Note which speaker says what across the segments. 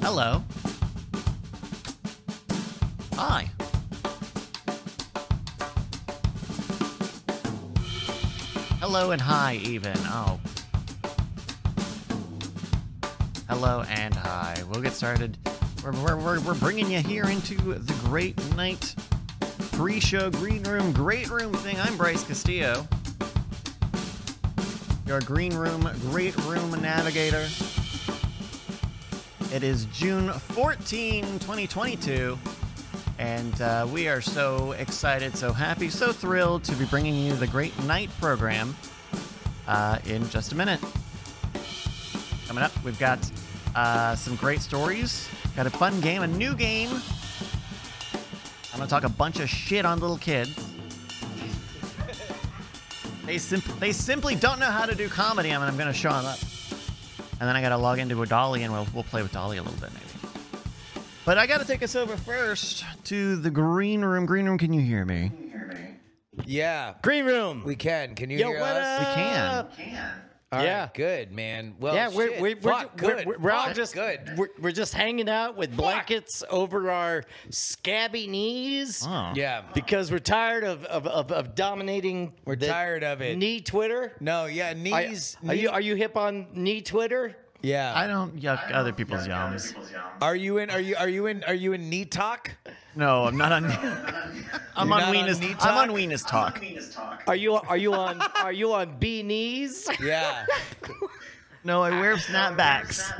Speaker 1: Hello. Hi. Hello and hi, even. Oh. Hello and hi. We'll get started. We're, we're, we're, we're bringing you here into the Great Night pre show green room, great room thing. I'm Bryce Castillo, your green room, great room navigator. It is June 14, 2022. And uh, we are so excited, so happy, so thrilled to be bringing you the Great Night program uh, in just a minute. Coming up, we've got uh, some great stories, got a fun game, a new game. I'm going to talk a bunch of shit on little kids. They, simp- they simply don't know how to do comedy, and I'm going to show them up. And then I got to log into Dolly, and we'll, we'll play with Dolly a little bit, maybe. But I gotta take us over first to the green room. Green room, can you hear me?
Speaker 2: Yeah,
Speaker 3: Green Room.
Speaker 2: we can. Can you
Speaker 3: Yo,
Speaker 2: hear
Speaker 3: what
Speaker 2: us?
Speaker 1: We
Speaker 3: up?
Speaker 1: can.
Speaker 2: All right,
Speaker 3: Yeah.
Speaker 2: good man. Well,
Speaker 3: yeah, we're,
Speaker 2: shit.
Speaker 3: we're, we're,
Speaker 2: Fuck,
Speaker 3: we're-
Speaker 2: good.
Speaker 3: we're- we're all
Speaker 2: Fuck,
Speaker 3: just
Speaker 2: good.
Speaker 3: We're, we're just hanging out with blankets over our scabby knees
Speaker 1: Oh.
Speaker 2: Yeah,
Speaker 3: because we're tired of of, of, of dominating.
Speaker 2: We're
Speaker 3: the
Speaker 2: tired of it.
Speaker 3: Knee Twitter.
Speaker 2: no, yeah,
Speaker 3: Are-
Speaker 2: knees.
Speaker 3: are
Speaker 2: knee-
Speaker 3: you are you hip on knee Twitter?
Speaker 2: yeah,
Speaker 1: I don't yuck other people's yums.
Speaker 2: are you in? Are you are you in? Are you in knee talk?
Speaker 1: No, I'm not on. I'm
Speaker 2: You're
Speaker 1: on
Speaker 2: not on
Speaker 1: Weenus.
Speaker 2: Knee Talk?
Speaker 1: I'm on Weenus talk.
Speaker 3: Are you are you on are you on B knees?
Speaker 2: Yeah,
Speaker 1: No, I wear snapbacks.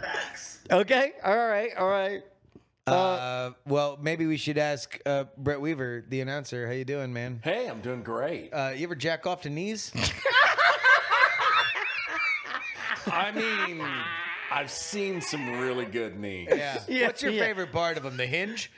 Speaker 3: Okay. All right. All right.
Speaker 2: Uh, well, maybe we should ask uh, Brett Weaver, the announcer. How you doing, man?
Speaker 4: Hey, I'm doing great.
Speaker 2: Uh, you ever jack off to knees?
Speaker 4: I mean, I've seen some really good knees.
Speaker 2: Yeah.
Speaker 3: Yeah,
Speaker 2: What's your
Speaker 3: yeah.
Speaker 2: favorite part of them? The hinge,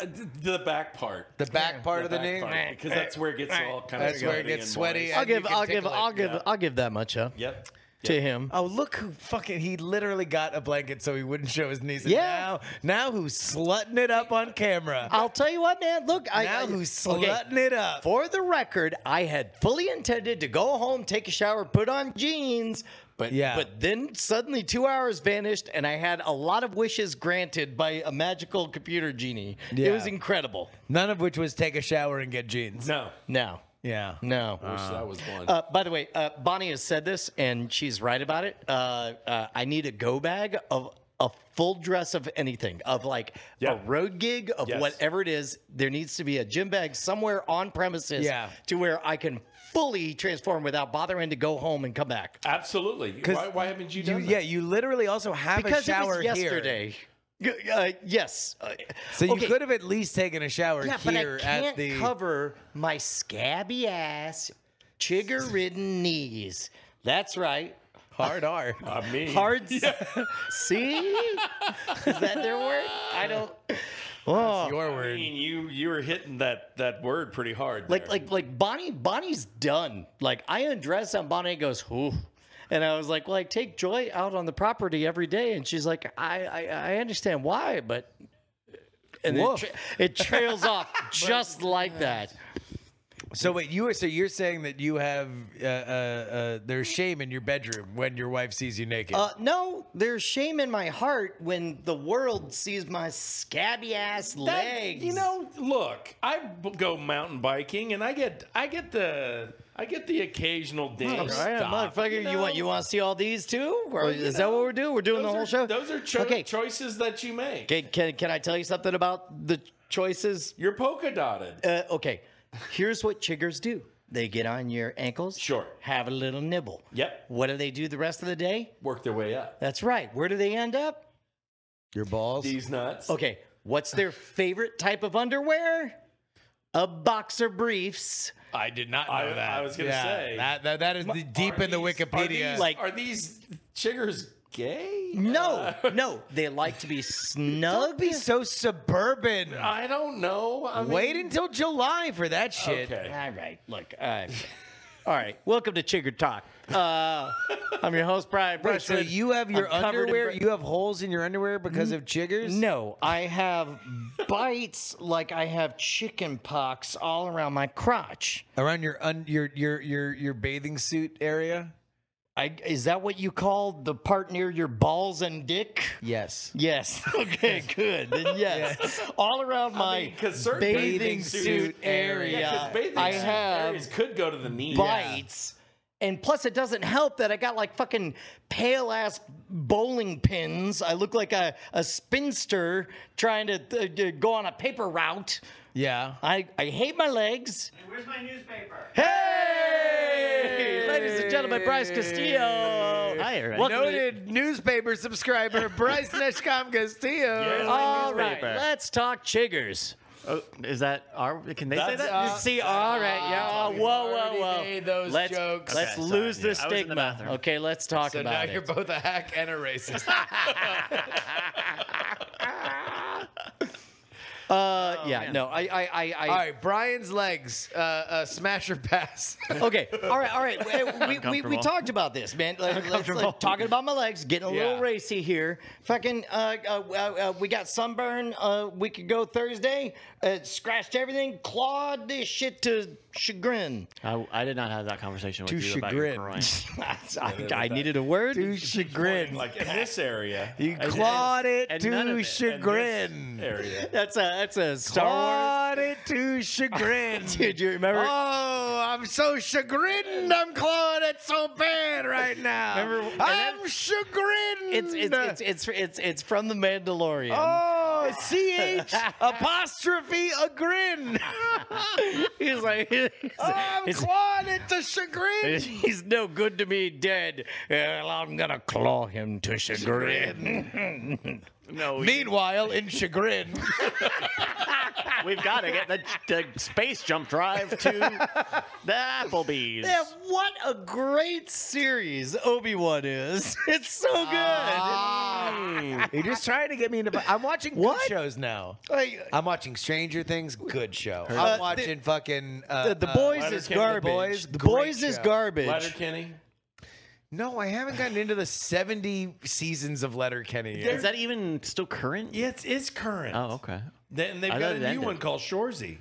Speaker 4: Uh, th- The back part.
Speaker 2: the back part of the
Speaker 4: back
Speaker 2: knee.
Speaker 4: part, because that's where it gets all kind of
Speaker 2: That's where it gets sweaty.
Speaker 3: I'll
Speaker 2: And you
Speaker 3: give
Speaker 2: can
Speaker 3: I'll give
Speaker 2: tickle it,
Speaker 3: I'll give
Speaker 4: yeah.
Speaker 3: I'll give that much up
Speaker 4: Yep.
Speaker 3: to him.
Speaker 2: Oh, look who fucking he literally got a blanket so he wouldn't show his knees. And
Speaker 3: Yeah.
Speaker 2: Now, now who's slutting it up on camera?
Speaker 3: I'll tell you what, man. Look, I
Speaker 2: now
Speaker 3: I-
Speaker 2: who's
Speaker 3: okay.
Speaker 2: slutting it up?
Speaker 3: For the record, I had fully intended to go home, take a shower, put on jeans, but
Speaker 2: Yeah.
Speaker 3: but then suddenly two hours vanished, and I had a lot of wishes granted by a magical computer genie. It
Speaker 2: Yeah.
Speaker 3: was incredible.
Speaker 2: None of which was take a shower and get jeans.
Speaker 4: No.
Speaker 3: No,
Speaker 2: Yeah.
Speaker 3: no.
Speaker 4: Wish that was one.
Speaker 3: Uh, by the way, uh, Bonnie has said this, and she's right about it. Uh, uh, I need a go bag of a full dress of anything, of like
Speaker 4: Yeah.
Speaker 3: a road gig, of
Speaker 4: Yes.
Speaker 3: whatever it is. There needs to be a gym bag somewhere on premises
Speaker 2: Yeah.
Speaker 3: to where I can fully transform without bothering to go home and come back.
Speaker 4: Absolutely.
Speaker 2: 'Cause
Speaker 4: Why, why haven't you
Speaker 2: You,
Speaker 4: done that?
Speaker 2: yeah, you literally also have
Speaker 3: Because
Speaker 2: a shower
Speaker 3: it was yesterday. G- Uh, yes. Uh,
Speaker 2: here. So
Speaker 3: okay.
Speaker 2: you could have at least taken a shower
Speaker 3: Yeah, but I
Speaker 2: here
Speaker 3: can't
Speaker 2: at the
Speaker 3: cover my scabby ass, chigger ridden knees. That's right.
Speaker 2: hard R.
Speaker 3: Oh.
Speaker 4: I mean,
Speaker 3: Hard. See? Is that their word? I don't. Oh.
Speaker 2: Your
Speaker 4: I
Speaker 2: word.
Speaker 4: mean, you you were hitting that that word pretty hard.
Speaker 3: Like,
Speaker 4: there.
Speaker 3: like, like Bonnie, Bonnie's done. Like, I undress and Bonnie goes, whoo. And I was like, well, I take Joy out on the property every day. And she's like, I, I, I understand why, but. And it,
Speaker 2: Woof.
Speaker 3: tra- it trails off just like that.
Speaker 2: So wait, you are so you're saying that you have uh, uh, uh, there's shame in your bedroom when your wife sees you naked.
Speaker 3: Uh, no, there's shame in my heart when the world sees my scabby ass
Speaker 4: That-
Speaker 3: legs.
Speaker 4: You know, look, I b- go mountain biking, and I get I get the I get the occasional ding.
Speaker 3: All right,
Speaker 4: stop,
Speaker 3: motherfucker, you,
Speaker 4: know?
Speaker 3: want you want to see all these too? Or
Speaker 4: you
Speaker 3: is that
Speaker 4: know,
Speaker 3: what we're doing? We're doing the
Speaker 4: Those
Speaker 3: whole show.
Speaker 4: are- Those are cho-
Speaker 3: okay.
Speaker 4: choices that you make.
Speaker 3: Can, can can I tell you something about the choices?
Speaker 4: You're polka dotted.
Speaker 3: Uh, okay, here's what chiggers do. They get on your ankles.
Speaker 4: Sure.
Speaker 3: Have a little nibble.
Speaker 4: Yep.
Speaker 3: What do they do the rest of the day?
Speaker 4: Work their way up.
Speaker 3: That's right. Where do they end up?
Speaker 2: your balls.
Speaker 4: These nuts.
Speaker 3: Okay. What's their favorite type of underwear? A boxer briefs.
Speaker 2: I did not know
Speaker 4: I-
Speaker 2: that.
Speaker 4: I was gonna say.
Speaker 2: that that, that is the, deep
Speaker 4: Are
Speaker 2: in the
Speaker 4: these- Are
Speaker 2: Wikipedia.
Speaker 4: these,
Speaker 3: Like-
Speaker 4: are these chiggers gay?
Speaker 3: No,
Speaker 4: Uh.
Speaker 3: no. They like to be
Speaker 2: Don't
Speaker 3: snug.
Speaker 2: be so suburban.
Speaker 4: I don't know. I mean,
Speaker 2: Wait until July for that shit.
Speaker 4: Okay.
Speaker 3: All right, look. Uh, all right, welcome to Chigger Talk. Uh, I'm your host, Brian
Speaker 2: Wait, so
Speaker 3: Brushwood.
Speaker 2: you have your
Speaker 3: I'm covered in
Speaker 2: underwear?
Speaker 3: br-
Speaker 2: you have holes in your underwear because of chiggers?
Speaker 3: no, I have bites like I have chicken pox all around my crotch.
Speaker 2: Around your un, your your your your bathing suit area?
Speaker 3: I, is that what you call the part near your balls and dick?
Speaker 2: Yes.
Speaker 3: Yes. Okay, good. Then yes. All around my
Speaker 4: Because certain
Speaker 3: bathing,
Speaker 4: suit,
Speaker 3: suit area,
Speaker 4: Yeah, 'cause bathing
Speaker 3: I
Speaker 4: suit
Speaker 3: have
Speaker 4: areas could go to the knee.
Speaker 3: bites. And plus, it doesn't help that I got like fucking pale ass bowling pins. I look like a, a spinster trying to, th- to go on a paper route.
Speaker 2: Yeah.
Speaker 3: I, I hate my legs.
Speaker 1: Where's my newspaper?
Speaker 2: Hey,
Speaker 3: Ladies and gentlemen, Bryce Castillo.
Speaker 1: Hi, everybody.
Speaker 3: Welcome to the-
Speaker 2: Noted newspaper subscriber Bryce Neshcom Castillo.
Speaker 3: All right,
Speaker 1: newspaper.
Speaker 3: let's talk chiggers.
Speaker 1: Oh, is that our? Can they say
Speaker 2: That's,
Speaker 1: that?
Speaker 2: uh, Ah,
Speaker 3: See, all right, yeah. oh, whoa, whoa,
Speaker 2: already
Speaker 3: whoa.
Speaker 2: made those
Speaker 3: let's
Speaker 2: jokes.
Speaker 3: let's
Speaker 1: Okay, sorry,
Speaker 3: lose
Speaker 1: yeah,
Speaker 3: the
Speaker 1: I was in the
Speaker 3: stigma.
Speaker 1: bathroom.
Speaker 3: okay, let's talk
Speaker 2: So now
Speaker 3: about
Speaker 2: you're
Speaker 3: it.
Speaker 2: both a hack and a racist.
Speaker 3: Uh, yeah, no, I, I, I, I
Speaker 2: All right, Brian's legs, uh, uh, smash or pass.
Speaker 3: okay. All right, all right. We- We, we, we
Speaker 1: Uncomfortable.
Speaker 3: talked about this, man. Like, let's- like,
Speaker 1: Uncomfortable.
Speaker 3: talking about my legs, getting a little
Speaker 2: Yeah.
Speaker 3: racy here. Fucking, uh, uh, uh, uh, we got sunburn. Uh, we could go Thursday. Uh, scratched everything, clawed this shit to chagrin.
Speaker 1: I, I did not have that conversation with
Speaker 2: To
Speaker 1: you about your
Speaker 2: chagrin.
Speaker 1: groin.
Speaker 3: I, I needed a word.
Speaker 4: Yeah.
Speaker 2: chagrin.
Speaker 4: Like in this area.
Speaker 2: you
Speaker 1: and-
Speaker 2: clawed it
Speaker 1: and none of it,
Speaker 2: to
Speaker 1: and
Speaker 2: chagrin.
Speaker 4: area.
Speaker 3: That's a that's a Star Wars.
Speaker 2: Clawed it to chagrin.
Speaker 3: Dude, you remember?
Speaker 2: Oh, I'm so chagrined. I'm clawing it so bad right now.
Speaker 3: Remember- and
Speaker 2: I'm chagrined.
Speaker 3: It's it's, it's it's it's it's from the Mandalorian.
Speaker 2: oh, ch apostrophe a grin.
Speaker 3: He's like, he's,
Speaker 2: I'm
Speaker 3: he's-
Speaker 2: clawing it to chagrin.
Speaker 3: he's no good to me dead. Well, I'm gonna claw him to chagrin.
Speaker 1: No, we,
Speaker 2: Meanwhile, in chagrin.
Speaker 1: we've got to get the, the space jump drive to the Applebee's.
Speaker 3: Yeah, what a great series Obi Wan is. It's so good. Ah,
Speaker 2: You're just trying to get me into. I'm watching
Speaker 3: What?
Speaker 2: good shows now.
Speaker 3: Like,
Speaker 2: I'm watching Stranger Things, good show.
Speaker 3: Uh, the-
Speaker 2: I'm watching fucking uh,
Speaker 3: the, the
Speaker 2: uh,
Speaker 3: boys
Speaker 4: Letter
Speaker 3: is
Speaker 4: Kenny, The
Speaker 3: garbage. The boys,
Speaker 2: Boys, great
Speaker 3: is
Speaker 2: show.
Speaker 3: garbage.
Speaker 4: Letter Kenny.
Speaker 2: No, I haven't gotten into the 70 seasons of Letterkenny
Speaker 1: Is
Speaker 2: yet.
Speaker 1: that even still current?
Speaker 4: Yeah, it's, it's current.
Speaker 1: Oh, okay.
Speaker 4: Then they've
Speaker 1: I
Speaker 4: got
Speaker 1: thought
Speaker 4: a
Speaker 1: it
Speaker 4: new
Speaker 1: ended.
Speaker 4: one called Shorzy.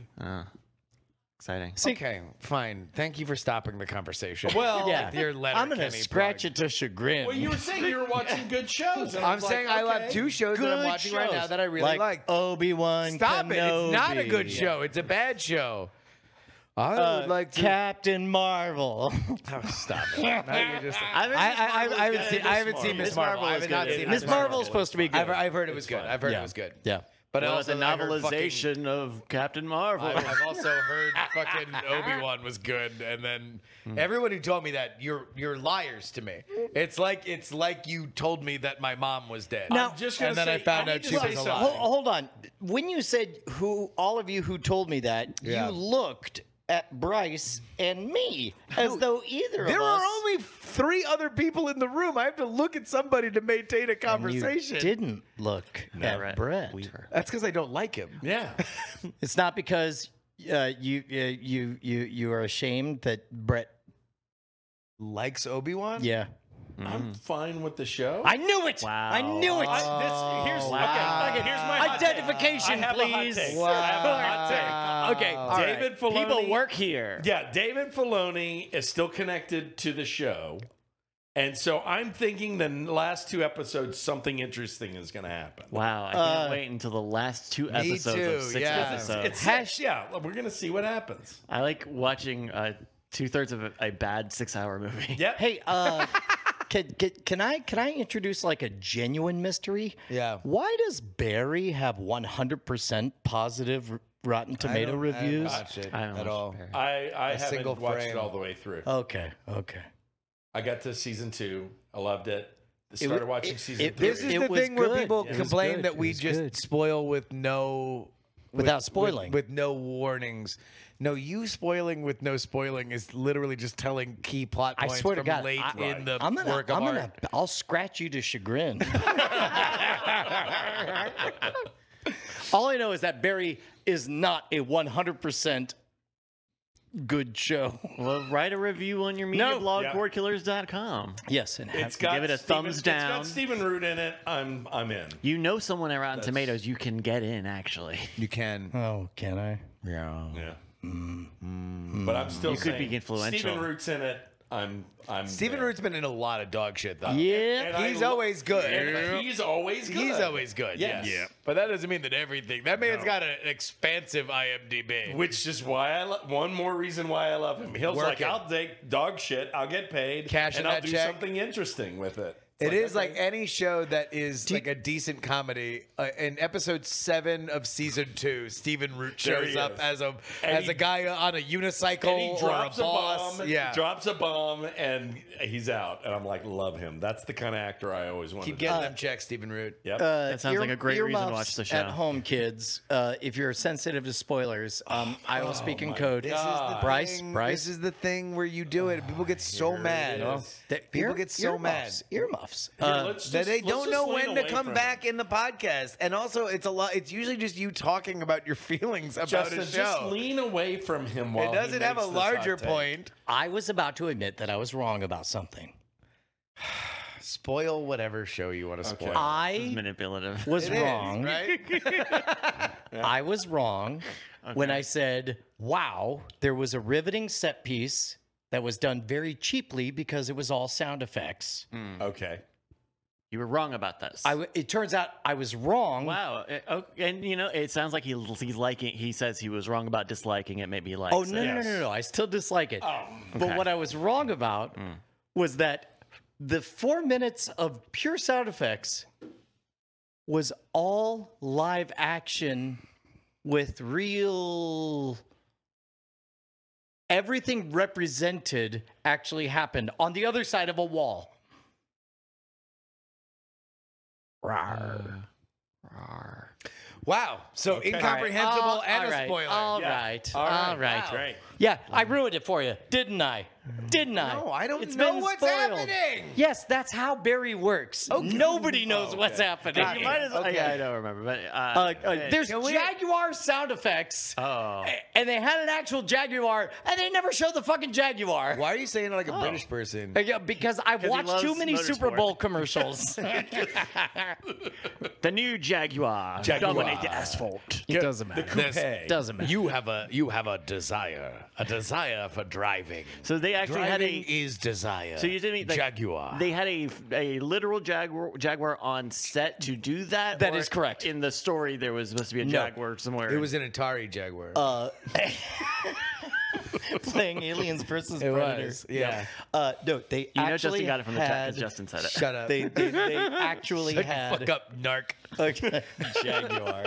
Speaker 1: Exciting.
Speaker 2: okay, fine. Thank you for stopping the conversation.
Speaker 4: Well,
Speaker 3: yeah,
Speaker 2: Your Oh, Letter
Speaker 3: I'm gonna
Speaker 2: Kenny
Speaker 3: scratch
Speaker 2: plug.
Speaker 3: it to chagrin.
Speaker 4: well, you were saying you were watching good shows. and I
Speaker 2: I'm
Speaker 4: was like,
Speaker 2: saying I
Speaker 4: okay.
Speaker 2: love two shows that I'm watching right now that I really like.
Speaker 3: Obi Wan.
Speaker 2: Stop it. It's not a good show. It's a bad show. I would like to.
Speaker 3: Captain Marvel.
Speaker 2: Oh, stop it. Now you're just- I,
Speaker 1: I,
Speaker 2: I, I, I haven't seen, I haven't seen
Speaker 1: Miss
Speaker 2: Miss Marvel.
Speaker 1: Marvel
Speaker 2: I
Speaker 1: is
Speaker 2: have not
Speaker 1: good.
Speaker 2: seen
Speaker 1: Miss
Speaker 3: Miss Marvel's supposed to be good.
Speaker 2: I've, I've heard it was good. I've heard
Speaker 3: Yeah.
Speaker 2: it was good.
Speaker 3: yeah.
Speaker 2: But
Speaker 1: Well,
Speaker 2: also
Speaker 1: the
Speaker 2: I heard fucking-
Speaker 1: novelization of Captain Marvel.
Speaker 2: I've, I've also heard fucking Obi Wan was good, and then everyone who told me that you're you're liars to me. It's like it's like you told me that my mom was dead.
Speaker 3: Now-
Speaker 4: I'm just gonna
Speaker 2: And then I
Speaker 4: say-
Speaker 2: found
Speaker 4: need
Speaker 2: out
Speaker 4: to
Speaker 2: she
Speaker 4: say
Speaker 2: was
Speaker 4: something.
Speaker 2: alive.
Speaker 3: Ho- Hold on. When you said who, all of you who told me that,
Speaker 2: Yeah.
Speaker 3: you looked at Bryce and me as though either
Speaker 2: there
Speaker 3: of
Speaker 2: are
Speaker 3: us.
Speaker 2: only three other people in the room. I have to look at somebody to maintain a
Speaker 3: you
Speaker 2: conversation.
Speaker 3: didn't look at
Speaker 1: Brett
Speaker 3: Brett.
Speaker 1: Weaver.
Speaker 2: That's because I don't like him.
Speaker 4: Yeah.
Speaker 3: It's not because uh, you uh, you you you are ashamed that Brett.
Speaker 2: Likes Obi Wan.
Speaker 3: Yeah,
Speaker 4: I'm fine with the show.
Speaker 3: I knew it. I
Speaker 1: Wow.
Speaker 3: knew it.
Speaker 4: I- Oh. this, here's,
Speaker 3: wow.
Speaker 4: okay, okay, here's my hot take.
Speaker 3: Identification,
Speaker 4: I have a hot
Speaker 3: please.
Speaker 4: take. I have a hot take.
Speaker 3: Okay, all right.
Speaker 4: David Filoni-
Speaker 3: People work here.
Speaker 4: Yeah, David Filoni is still connected to the show. And so I'm thinking the n- last two episodes, something interesting is going to happen.
Speaker 1: Wow, I
Speaker 3: Uh,
Speaker 1: can't wait until the last two episodes
Speaker 2: too,
Speaker 1: of six
Speaker 2: yeah.
Speaker 1: episodes.
Speaker 4: It's hash. Yeah, well, we're going to see what happens.
Speaker 1: I like watching uh, two thirds of a, a bad six hour movie.
Speaker 4: Yep.
Speaker 3: Hey, uh, can, can, can I can I introduce like a genuine mystery?
Speaker 2: Yeah.
Speaker 3: Why does Barry have 100% positive r- Rotten Tomato reviews?
Speaker 1: I don't
Speaker 2: at
Speaker 1: watch
Speaker 2: all.
Speaker 1: Barry.
Speaker 4: I, I haven't
Speaker 2: single
Speaker 4: watched
Speaker 2: frame.
Speaker 4: it all the way through.
Speaker 3: okay, okay.
Speaker 4: I got to season two. I loved it.
Speaker 3: wa-
Speaker 4: Started watching
Speaker 3: it-
Speaker 4: season
Speaker 3: it-
Speaker 4: three.
Speaker 2: This is
Speaker 3: It
Speaker 2: the
Speaker 3: was
Speaker 2: thing
Speaker 3: good.
Speaker 2: where people
Speaker 3: It was
Speaker 2: complain
Speaker 3: good.
Speaker 2: that
Speaker 3: It
Speaker 2: we
Speaker 3: was
Speaker 2: just
Speaker 3: good.
Speaker 2: spoil with no with-
Speaker 3: Without
Speaker 2: with-
Speaker 3: spoiling.
Speaker 2: with, no warnings. No, you spoiling with no spoiling is literally just telling key plot
Speaker 3: I
Speaker 2: points
Speaker 3: swear to
Speaker 2: from
Speaker 3: God,
Speaker 2: late
Speaker 3: I-
Speaker 2: in the
Speaker 3: I'm gonna,
Speaker 2: work
Speaker 3: I'm
Speaker 2: of
Speaker 3: gonna,
Speaker 2: art.
Speaker 3: I'll scratch you to chagrin. All I know is that Barry is not a 100% good show.
Speaker 1: Well, write a review on your media
Speaker 3: No.
Speaker 1: blog,
Speaker 4: Yeah.
Speaker 1: wordkillers.com.
Speaker 3: Yes, and
Speaker 4: It's
Speaker 3: have,
Speaker 4: got
Speaker 1: give it a
Speaker 4: Steven-
Speaker 1: thumbs
Speaker 4: It's
Speaker 1: down.
Speaker 4: got Stephen Root in it. I'm I'm in.
Speaker 1: You know someone at Rotten Tomatoes you can get in, actually.
Speaker 2: You can.
Speaker 3: oh, can I?
Speaker 2: Yeah.
Speaker 4: Yeah. But I'm
Speaker 1: Mm.
Speaker 4: still
Speaker 1: You could be
Speaker 4: saying
Speaker 1: influential.
Speaker 4: Stephen Root's in it. I'm I'm
Speaker 2: Stephen
Speaker 4: there.
Speaker 2: Root's been in a lot of dog shit though.
Speaker 3: Yeah.
Speaker 4: And I
Speaker 2: He's
Speaker 4: lo-
Speaker 2: always good.
Speaker 4: And He's always good.
Speaker 2: He's always good.
Speaker 4: Yes.
Speaker 2: Yes. But that doesn't mean that everything. That man's
Speaker 4: No.
Speaker 2: got an expansive IMDb.
Speaker 4: Which is why I lo- one more reason why I love him. He'll
Speaker 2: Work
Speaker 4: like,
Speaker 2: it.
Speaker 4: I'll take dog shit, I'll get paid,
Speaker 2: Cash in
Speaker 4: and I'll
Speaker 2: that
Speaker 4: do
Speaker 2: check.
Speaker 4: something interesting with it.
Speaker 2: It is like any show that is like a decent comedy. Uh, in episode seven of season two, Stephen Root
Speaker 4: There
Speaker 2: shows
Speaker 4: he
Speaker 2: up
Speaker 4: is.
Speaker 2: as a
Speaker 4: And
Speaker 2: as
Speaker 4: he-
Speaker 2: a guy on a
Speaker 4: and he
Speaker 2: unicycle or a
Speaker 4: drops a,
Speaker 2: boss.
Speaker 4: bomb,
Speaker 2: yeah,
Speaker 4: drops a bomb, and he's out. And I'm like, love him. That's the kind of actor I always wanted.
Speaker 2: keep
Speaker 4: to
Speaker 2: getting
Speaker 4: be.
Speaker 2: them checks, Stephen Root.
Speaker 4: Yep.
Speaker 1: That sounds like a great reason to watch the
Speaker 3: Uh, Earmuffs
Speaker 1: show.
Speaker 3: At home, kids, uh, if you're sensitive to spoilers, um, I will speak in code.
Speaker 2: Oh This is the
Speaker 3: Bryce,
Speaker 2: thing,
Speaker 3: Bryce,
Speaker 2: Ah. This is the thing where you do it. People
Speaker 4: Ah,
Speaker 2: get so mad.
Speaker 3: that-
Speaker 2: People
Speaker 3: ear-
Speaker 2: get so
Speaker 3: earmuffs,
Speaker 2: mad.
Speaker 3: Earmuffs.
Speaker 4: Here,
Speaker 3: Uh,
Speaker 4: let's
Speaker 2: that
Speaker 4: just-
Speaker 2: they
Speaker 4: let's
Speaker 2: don't
Speaker 4: just
Speaker 2: know
Speaker 4: lean
Speaker 2: when to
Speaker 4: away
Speaker 2: come
Speaker 4: from
Speaker 2: back in the podcast, and also it's a lot. It's usually just you talking about your feelings about
Speaker 4: Justin,
Speaker 2: a show.
Speaker 4: just lean away from him while
Speaker 2: it doesn't
Speaker 4: he
Speaker 2: have a
Speaker 4: makes this
Speaker 2: larger
Speaker 4: hot take.
Speaker 2: point.
Speaker 3: I was about to admit that I was wrong about something.
Speaker 2: Spoil whatever show you want to spoil.
Speaker 3: I
Speaker 1: Manipulative.
Speaker 3: was
Speaker 2: It is,
Speaker 3: wrong.
Speaker 2: right?
Speaker 3: I was wrong when I said, wow, there was a riveting set piece that was done very cheaply because it was all sound effects.
Speaker 1: Hmm.
Speaker 4: Mm. Okay.
Speaker 1: You were wrong about this.
Speaker 3: I w it turns out I was wrong.
Speaker 1: wow. It- oh, and you know, it sounds like he, he's liking. He says he was wrong about disliking it. Maybe he likes
Speaker 3: Oh, no,
Speaker 1: it.
Speaker 3: no, no, no, no. I still dislike it. But
Speaker 1: Okay.
Speaker 3: what I was wrong about was that the four minutes of pure sound effects was all live action with real. Everything represented actually happened on the other side of a wall. Rawr. Rawr.
Speaker 2: Wow. So incomprehensible
Speaker 3: All
Speaker 2: and a
Speaker 3: right.
Speaker 2: spoiler.
Speaker 3: All
Speaker 4: Yeah.
Speaker 3: right.
Speaker 4: All right.
Speaker 3: All right.
Speaker 4: Great.
Speaker 3: Yeah, I ruined it for you, didn't I? Didn't I?
Speaker 2: No, I don't
Speaker 3: It's
Speaker 2: know
Speaker 3: been
Speaker 2: what's happening.
Speaker 3: Yes, that's how Barry works. Nobody knows what's happening.
Speaker 1: You might as well.
Speaker 2: Okay.
Speaker 1: Yeah, I don't remember. But
Speaker 3: Uh,
Speaker 1: uh,
Speaker 3: uh, there's
Speaker 2: can we-
Speaker 3: Jaguar sound effects,
Speaker 1: oh,
Speaker 3: a- and they had an actual Jaguar, and they never showed the fucking Jaguar.
Speaker 2: Why are you saying it like a
Speaker 4: Oh.
Speaker 2: British person?
Speaker 3: Uh, yeah, Because I
Speaker 1: he
Speaker 3: watched
Speaker 1: loves
Speaker 3: too many Super
Speaker 1: motorsport.
Speaker 3: Bowl commercials.
Speaker 1: the new Jaguar,
Speaker 2: Jaguar.
Speaker 1: dominate the asphalt.
Speaker 3: it doesn't matter.
Speaker 2: This-
Speaker 3: doesn't matter.
Speaker 2: You have a you have a desire, a desire for driving.
Speaker 1: So they actually had
Speaker 2: Driving
Speaker 1: a.
Speaker 2: is desire.
Speaker 1: So you didn't mean like,
Speaker 2: Jaguar.
Speaker 1: They had a a literal jaguar jaguar on set to do that.
Speaker 3: That
Speaker 1: That is
Speaker 3: is correct.
Speaker 1: In the story, there was supposed to be a jaguar somewhere.
Speaker 2: it was an Atari Jaguar.
Speaker 3: Uh, playing aliens versus
Speaker 2: it
Speaker 3: predators.
Speaker 2: was. Yeah.
Speaker 3: Uh, no, they
Speaker 1: You know,
Speaker 3: actually
Speaker 1: Justin got it from the
Speaker 3: had,
Speaker 1: chat. Justin said it.
Speaker 2: Shut up.
Speaker 3: They, they, they actually had
Speaker 2: Fuck up, narc.
Speaker 3: Okay. Jaguar.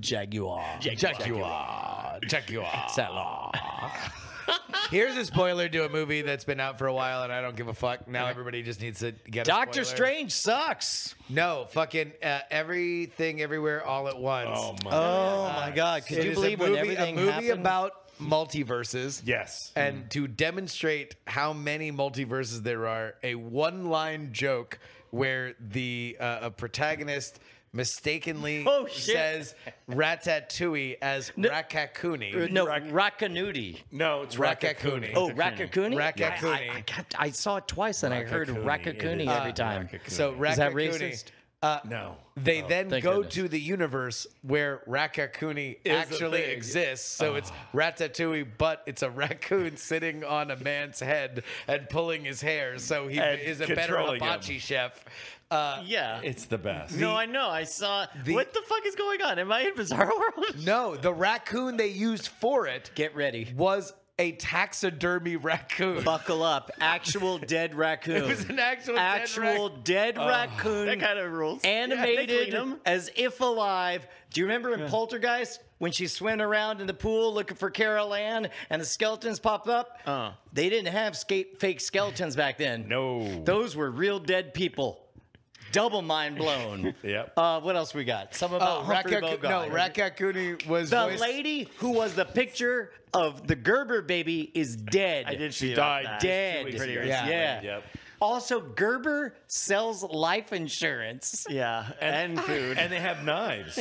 Speaker 3: Jaguar.
Speaker 2: Jaguar. Jaguar.
Speaker 3: Jaguar.
Speaker 2: Here's a spoiler to a movie that's been out for a while, and I don't give a fuck. Now everybody just needs to get a
Speaker 3: Doctor
Speaker 2: spoiler.
Speaker 3: Strange sucks.
Speaker 2: No, fucking uh, everything, everywhere, all at once.
Speaker 4: Oh my.
Speaker 3: Oh
Speaker 1: Uh,
Speaker 3: my God! Could
Speaker 2: It
Speaker 3: you
Speaker 2: is
Speaker 3: believe
Speaker 2: a movie,
Speaker 3: when everything Mm.
Speaker 2: a movie
Speaker 3: happened?
Speaker 2: about multiverses?
Speaker 4: yes.
Speaker 2: And to demonstrate how many multiverses there are, a one-line joke where the uh, a protagonist mistakenly
Speaker 3: Oh, shit.
Speaker 2: says "ratatouille" as "rakakuni."
Speaker 3: no Rakanuti.
Speaker 4: no, it's
Speaker 2: Rakakuni.
Speaker 4: Rakakuni.
Speaker 3: Oh, Rakakuni.
Speaker 2: Rakakuni.
Speaker 3: I, I, I, kept- I saw it twice and I heard
Speaker 4: Rakakuni. It
Speaker 3: Rakakuni
Speaker 4: is
Speaker 3: every time.
Speaker 4: Rakakuni.
Speaker 2: so "rakakuni."
Speaker 3: Is that racist?
Speaker 4: no.
Speaker 2: They then
Speaker 3: Oh, thank
Speaker 2: go
Speaker 3: goodness.
Speaker 2: to the universe where Rakakuni
Speaker 4: a
Speaker 2: actually
Speaker 4: thing.
Speaker 2: exists. So it's
Speaker 3: Oh.
Speaker 2: Ratatouille, but it's a raccoon sitting on a man's head and pulling his hair. So he
Speaker 4: And
Speaker 2: is a better
Speaker 4: controlling him.
Speaker 2: hibachi chef. Uh,
Speaker 1: yeah.
Speaker 4: It's the best.
Speaker 1: no, I know. I saw.
Speaker 2: the-
Speaker 1: what the fuck is going on? Am I in Bizarre World?
Speaker 2: no, the raccoon they used for it
Speaker 3: Get ready.
Speaker 2: was a taxidermy raccoon.
Speaker 3: Buckle up. Actual dead raccoon.
Speaker 2: It was an actual,
Speaker 3: actual
Speaker 2: dead rac- Oh,
Speaker 3: dead raccoon.
Speaker 1: that kind of rules. Yeah, they
Speaker 3: animated
Speaker 1: clean 'em.
Speaker 3: as if alive. Do you remember in Poltergeist when she's swimming around in the pool looking for Carol Ann and the skeletons pop up?
Speaker 1: Uh.
Speaker 3: They didn't have skate, fake skeletons back then.
Speaker 4: No.
Speaker 3: Those were real dead people. Double mind blown.
Speaker 4: Yep.
Speaker 3: Uh, what else we got? Some about
Speaker 2: Oh,
Speaker 3: Humphrey
Speaker 2: Raccoon-
Speaker 3: Bogart.
Speaker 2: no, Rakakuni was
Speaker 3: The
Speaker 2: voiced-
Speaker 3: lady who was the picture of the Gerber baby is dead.
Speaker 1: I did see about
Speaker 4: Died
Speaker 1: that.
Speaker 3: dead.
Speaker 4: Two weeks
Speaker 1: Pretty
Speaker 4: ago.
Speaker 1: recently.
Speaker 3: Yeah.
Speaker 4: Yep.
Speaker 3: Also, Gerber sells life insurance.
Speaker 1: Yeah, and, food.
Speaker 4: And they have knives.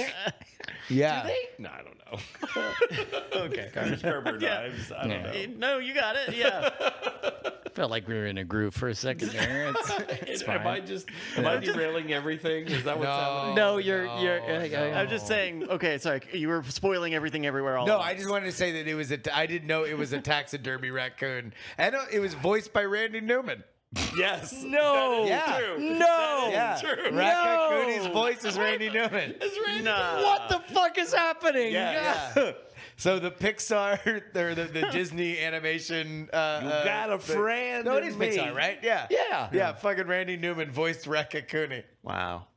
Speaker 2: Yeah.
Speaker 4: no, I don't know. okay. Gerber knives. I don't know.
Speaker 1: no, you got it. Yeah.
Speaker 3: felt like we were in a groove for a second there. It's-
Speaker 4: am I
Speaker 3: fine.
Speaker 4: just am I derailing everything? Is that what's happening?
Speaker 3: Oh, no, you're you're. I- I-
Speaker 1: I'm just saying. Okay, sorry. You were spoiling everything everywhere. All
Speaker 2: Oh. No,
Speaker 1: at
Speaker 2: I
Speaker 1: once.
Speaker 2: just wanted to say that it was a. T- I didn't know it was a taxidermy raccoon, and uh, it was voiced by Randy Newman.
Speaker 4: Yes. No.
Speaker 2: Yeah.
Speaker 4: oh, True.
Speaker 3: No.
Speaker 2: Yeah,
Speaker 4: True.
Speaker 2: Raccoon's voice is Randy Newman.
Speaker 1: Nah.
Speaker 3: What the fuck is happening?
Speaker 4: Yeah.
Speaker 2: Yeah. So the Pixar, the the, the Disney animation. Uh,
Speaker 4: You
Speaker 2: uh,
Speaker 4: got a
Speaker 2: the-
Speaker 4: friend.
Speaker 2: No, it is
Speaker 4: in me.
Speaker 2: Pixar, right? Yeah.
Speaker 3: Yeah.
Speaker 2: Yeah, fucking Randy Newman voiced Raccoon.
Speaker 1: Wow.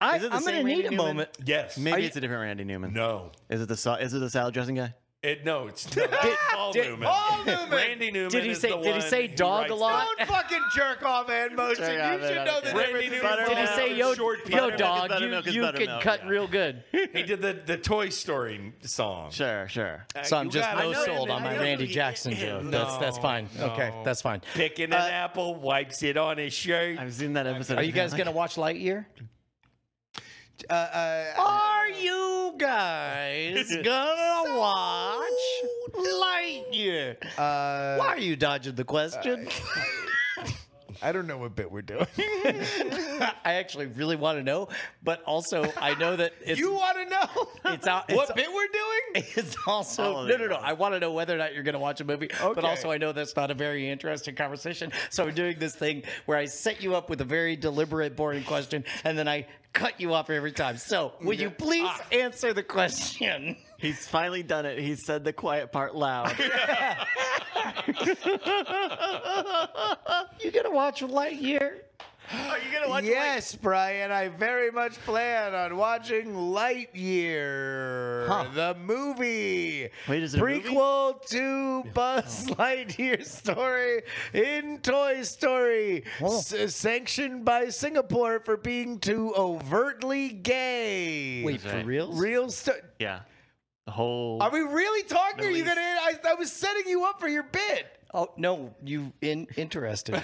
Speaker 3: I,
Speaker 1: Is it the
Speaker 3: I'm gonna
Speaker 1: same
Speaker 3: need
Speaker 1: Randy
Speaker 3: a
Speaker 1: Newman?
Speaker 3: moment.
Speaker 4: Yes.
Speaker 1: Maybe
Speaker 3: you-
Speaker 1: it's a different Randy Newman.
Speaker 4: No.
Speaker 1: Is it the sa- is it the salad dressing guy?
Speaker 4: It no. It's no, that's Paul
Speaker 2: did-
Speaker 4: Newman.
Speaker 2: Paul Newman!
Speaker 4: Randy Newman.
Speaker 3: Did he
Speaker 4: is
Speaker 3: say-
Speaker 4: the
Speaker 3: did he
Speaker 4: one
Speaker 3: say
Speaker 4: who
Speaker 3: dog
Speaker 4: writes
Speaker 3: a lot?
Speaker 2: Don't fucking jerk off, Ann Motion.
Speaker 1: Jerk
Speaker 2: You
Speaker 1: off,
Speaker 2: should
Speaker 1: I
Speaker 2: know
Speaker 1: don't
Speaker 2: the
Speaker 1: care.
Speaker 4: Randy
Speaker 2: difference.
Speaker 4: Newman.
Speaker 3: Did he
Speaker 1: Buttermilk
Speaker 3: say
Speaker 1: is
Speaker 3: yo,
Speaker 4: short
Speaker 3: yo
Speaker 4: people.
Speaker 3: dog? You,
Speaker 1: Buttermilk is
Speaker 3: you can
Speaker 1: buttermilk,
Speaker 3: cut
Speaker 1: yeah.
Speaker 3: real good.
Speaker 4: that. He did the the Toy Story song.
Speaker 1: Sure, sure.
Speaker 3: So I'm
Speaker 4: You
Speaker 3: just
Speaker 4: gotta
Speaker 3: no
Speaker 4: know
Speaker 3: sold
Speaker 4: that
Speaker 3: on my
Speaker 4: you-
Speaker 3: Randy Jackson joke. That's that's fine. Okay, that's fine.
Speaker 4: Picking an apple, wipes it on his shirt.
Speaker 1: I've seen that episode.
Speaker 3: Are you guys gonna watch Lightyear?
Speaker 2: Uh, uh,
Speaker 3: Are you guys gonna watch Lightyear? Why are you dodging the question?
Speaker 2: I don't know what bit we're doing.
Speaker 3: I actually really want to know, but also I know that it's
Speaker 2: you want to know
Speaker 3: it's out.
Speaker 2: what
Speaker 3: it's-
Speaker 2: bit we're doing?
Speaker 3: It's also
Speaker 1: of
Speaker 3: no,
Speaker 1: it.
Speaker 3: no, no. I want to know whether or not you're going to watch a movie, but
Speaker 2: Okay.
Speaker 3: also I know that's not a very interesting conversation. So I'm doing this thing where I set you up with a very deliberate, boring question, and then I cut you off every time. So will you please answer the question?
Speaker 1: Ah. He's finally done it. He said the quiet part loud.
Speaker 3: You going to watch Lightyear?
Speaker 1: Are you gonna watch?
Speaker 2: yes, Brian, I very much plan on watching Lightyear,
Speaker 3: Huh.
Speaker 2: the movie.
Speaker 1: Wait, is it a movie?
Speaker 2: prequel to Buzz
Speaker 3: Oh.
Speaker 2: Lightyear's story in Toy Story,
Speaker 3: Oh.
Speaker 2: s- sanctioned by Singapore for being too overtly gay?
Speaker 3: Wait for
Speaker 1: right.
Speaker 3: real?
Speaker 2: real stuff.
Speaker 1: Yeah. The whole.
Speaker 2: Are we really talking? Are you
Speaker 1: Middle
Speaker 2: gonna? I, I was setting you up for your bit.
Speaker 3: Oh no, you in interested me.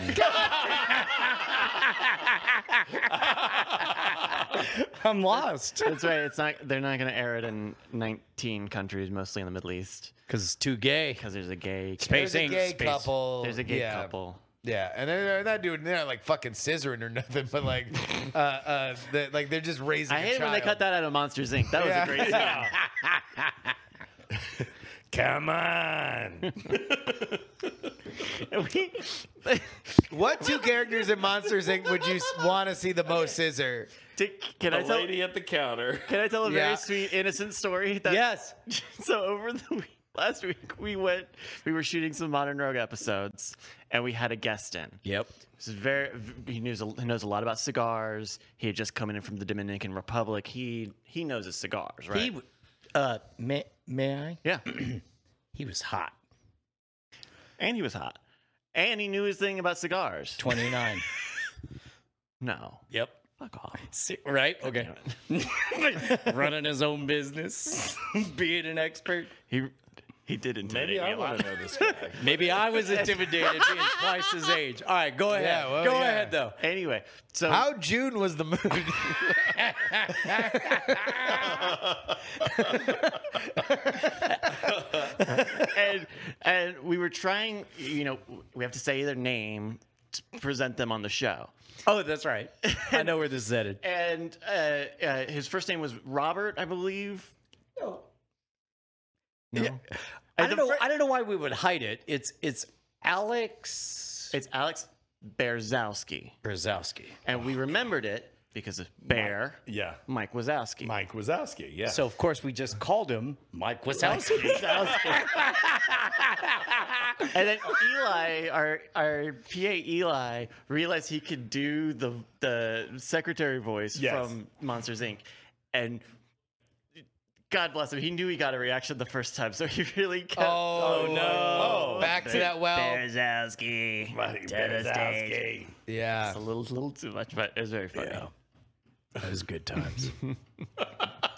Speaker 3: I'm lost
Speaker 1: That's right. It's not. They're not gonna air it in 19 countries, mostly in the Middle East,
Speaker 3: because it's too gay.
Speaker 1: because there's a gay.
Speaker 3: Space
Speaker 2: There's a
Speaker 3: Inc.
Speaker 2: gay
Speaker 3: Space-
Speaker 2: couple.
Speaker 1: There's a gay
Speaker 2: Yeah.
Speaker 1: couple.
Speaker 2: Yeah, and they're, they're not doing they're not like fucking scissoring or nothing, but like, uh, uh, they're, like they're just raising.
Speaker 1: I
Speaker 2: a
Speaker 1: hate it when they
Speaker 2: child.
Speaker 1: cut that out of Monsters Inc. That was
Speaker 2: Yeah.
Speaker 1: a great scene.
Speaker 4: Come on.
Speaker 1: We-
Speaker 2: What two characters in Monsters Inc. would you want to see the most scissor?
Speaker 1: Dick, can I
Speaker 4: The
Speaker 1: tell?
Speaker 4: lady at the counter.
Speaker 1: Can I tell a very
Speaker 2: Yeah.
Speaker 1: sweet innocent story? That,
Speaker 3: Yes.
Speaker 1: So over the week, last week we went, we were shooting some Modern Rogue episodes, and we had a guest in.
Speaker 3: Yep.
Speaker 1: This is very. v- He knows. a- He knows a lot about cigars. He had just come in from the Dominican Republic. He he knows his cigars, right?
Speaker 3: He, w- uh, may may I?
Speaker 1: yeah,
Speaker 3: He was hot.
Speaker 1: and he was hot, and he knew his thing about cigars.
Speaker 3: 29.
Speaker 1: No,
Speaker 3: yep.
Speaker 1: fuck off.
Speaker 3: See, right? Okay. Running his own business, being an expert.
Speaker 1: He he did intimidate
Speaker 4: Maybe
Speaker 1: me
Speaker 4: I
Speaker 1: a lot.
Speaker 4: want to know this guy.
Speaker 3: Maybe I was intimidated being twice his age. All right, go ahead.
Speaker 2: Yeah, well,
Speaker 3: go
Speaker 2: yeah.
Speaker 3: ahead, though.
Speaker 1: Anyway, so
Speaker 2: How June was the mood?
Speaker 1: and and we were trying. You know, we have to say their name to present them on the show.
Speaker 3: Oh, that's right. I know where this is headed.
Speaker 1: And uh, uh, his first name was Robert, I believe. No, no.
Speaker 3: I
Speaker 1: And
Speaker 3: don't
Speaker 1: the
Speaker 3: know.
Speaker 1: fir-
Speaker 3: I don't know why we would hide it. It's it's Alex
Speaker 1: It's Alex Berzowski.
Speaker 3: Brzezowski.
Speaker 1: And we remembered it because of Bear,
Speaker 4: Yeah.
Speaker 1: Mike Wazowski.
Speaker 4: Mike Wazowski. Yeah.
Speaker 3: So of course we just called him Mike Wazowski.
Speaker 1: And then Eli, our our PA Eli, realized he could do the the secretary voice
Speaker 4: Yes.
Speaker 1: from Monsters Inc. And God bless him, he knew he got a reaction the first time, so he really kept
Speaker 2: Oh,
Speaker 4: no.
Speaker 2: Back to that well.
Speaker 1: Berzowski. To
Speaker 4: Mike
Speaker 1: the stage.
Speaker 4: Wazowski.
Speaker 2: Yeah.
Speaker 1: A little, little too much, but it was very funny.
Speaker 4: Yeah. That was good times.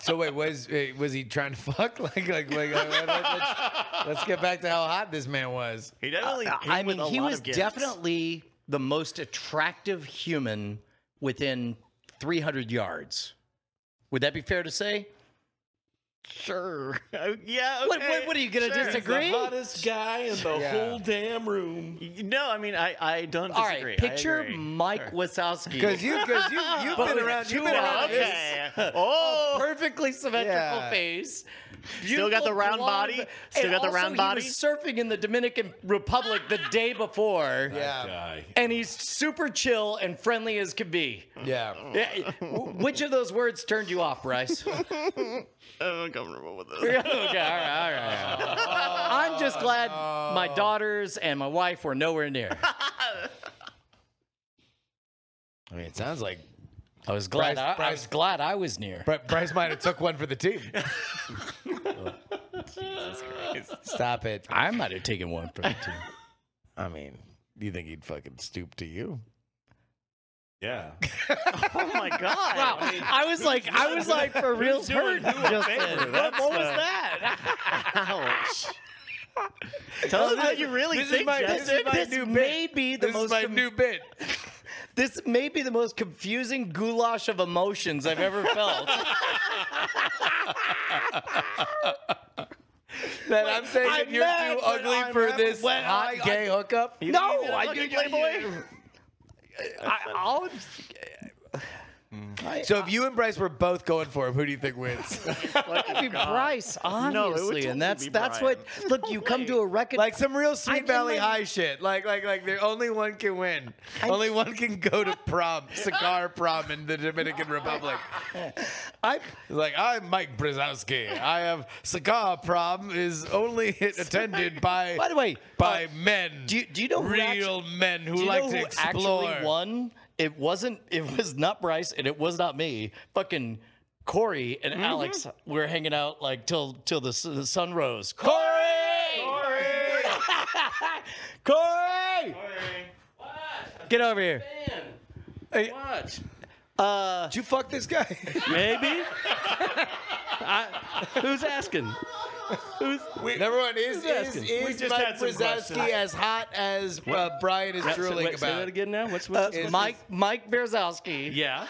Speaker 2: So wait, was wait, was he trying to fuck? Like like, like uh, let, us let's get back to how hot this man was.
Speaker 1: He definitely. came
Speaker 3: Uh, I
Speaker 1: with
Speaker 3: mean,
Speaker 1: a
Speaker 3: he
Speaker 1: lot
Speaker 3: was
Speaker 1: of gifts.
Speaker 3: definitely the most attractive human within 300 yards. Would that be fair to say?
Speaker 2: sure.
Speaker 1: Oh,
Speaker 2: yeah. Okay.
Speaker 3: What- what- what are you gonna
Speaker 2: sure.
Speaker 3: disagree?
Speaker 4: The hottest guy in the
Speaker 2: Yeah.
Speaker 4: whole damn room.
Speaker 1: No, I mean I, I don't
Speaker 3: All right,
Speaker 1: disagree. I
Speaker 3: picture
Speaker 1: agree.
Speaker 3: Mike Wazowski.
Speaker 2: Because you, because you, you've been around. You've been around.
Speaker 1: Well, okay. Oh,
Speaker 3: perfectly symmetrical
Speaker 2: Yeah.
Speaker 3: face.
Speaker 1: Still got the
Speaker 3: beautiful
Speaker 1: round body?
Speaker 3: blonde-
Speaker 1: Still
Speaker 3: and
Speaker 1: got the
Speaker 3: also
Speaker 1: round
Speaker 3: he
Speaker 1: body?
Speaker 3: was surfing in the Dominican Republic the day before.
Speaker 2: Yeah.
Speaker 4: Guy.
Speaker 3: And he's super chill and friendly as can be.
Speaker 2: Yeah.
Speaker 3: Yeah, w- Which of those words turned you off, Bryce? okay,
Speaker 1: I'm uncomfortable with
Speaker 3: all
Speaker 1: this.
Speaker 3: right, all right. all right. I'm just glad my daughters and my wife were nowhere near.
Speaker 2: I mean, it sounds like
Speaker 3: I was glad.
Speaker 2: Bryce-
Speaker 3: I, I
Speaker 2: Bryce-
Speaker 3: was glad I was near.
Speaker 2: Bri- Bryce might have took one for the team. Stop it.
Speaker 3: I might have taken one for the team.
Speaker 2: I mean, do you think he'd fucking stoop to you?
Speaker 4: Yeah.
Speaker 1: Oh my god.
Speaker 3: Wow, I was like, I was like, for real, hurt. Just then. what, what was that?
Speaker 1: Ouch. Tell us what you really
Speaker 2: this is
Speaker 1: think,
Speaker 2: my- this is
Speaker 1: Justin.
Speaker 2: my
Speaker 3: this
Speaker 2: new bit.
Speaker 3: may be the
Speaker 2: This is
Speaker 3: most
Speaker 2: my
Speaker 3: com-
Speaker 2: new bit.
Speaker 3: this may be the most confusing goulash of emotions I've ever felt.
Speaker 2: That I'm saying
Speaker 3: I'm
Speaker 2: that you're
Speaker 3: mad,
Speaker 2: too
Speaker 3: but
Speaker 2: ugly
Speaker 3: I'm
Speaker 2: for
Speaker 3: happy
Speaker 2: this
Speaker 3: when
Speaker 2: hot
Speaker 3: I-
Speaker 2: gay hookup.
Speaker 3: no,
Speaker 1: even
Speaker 3: I
Speaker 1: look
Speaker 3: do
Speaker 1: at Playboy.
Speaker 3: Playboy. I, I'll, Mm.
Speaker 2: So if you and Bryce were both going for him, who do you think wins?
Speaker 3: I'd be Bryce,
Speaker 1: No, it would
Speaker 3: obviously,
Speaker 1: totally
Speaker 3: and that's
Speaker 1: be
Speaker 3: that's
Speaker 1: Brian.
Speaker 3: what. Look, you come to a record.
Speaker 2: like some real Sweet
Speaker 3: can
Speaker 2: Valley
Speaker 3: make-
Speaker 2: High shit. Like like like there only one can win. only one can go to prom, cigar prom in the Dominican Republic.
Speaker 3: I,
Speaker 2: Like I'm Mike Brzezowski. I have cigar prom is only attended by
Speaker 3: by the way,
Speaker 2: by
Speaker 3: uh,
Speaker 2: men.
Speaker 3: do you- do you know who
Speaker 2: real
Speaker 3: actu-
Speaker 2: men who
Speaker 3: do you
Speaker 2: like
Speaker 3: know
Speaker 2: to
Speaker 3: who
Speaker 2: explore?
Speaker 3: actually won? It wasn't. It was not Bryce, and it was not me. Fucking Corey and Alex were hanging out like till till the, s- the sun rose. Corey, Corey, get over here. Hey,
Speaker 4: What?
Speaker 2: Did you fuck this guy?
Speaker 3: Maybe. who's asking?
Speaker 2: Number one is is,
Speaker 3: asking?
Speaker 4: We
Speaker 2: is
Speaker 4: just
Speaker 2: Mike
Speaker 4: had some questions.
Speaker 2: Brzezowski as hot as uh, Brian is drooling
Speaker 5: Wait, say
Speaker 2: about?
Speaker 5: that again now. What's what's, what's
Speaker 3: Mike Mike Berzowski.
Speaker 5: Yeah.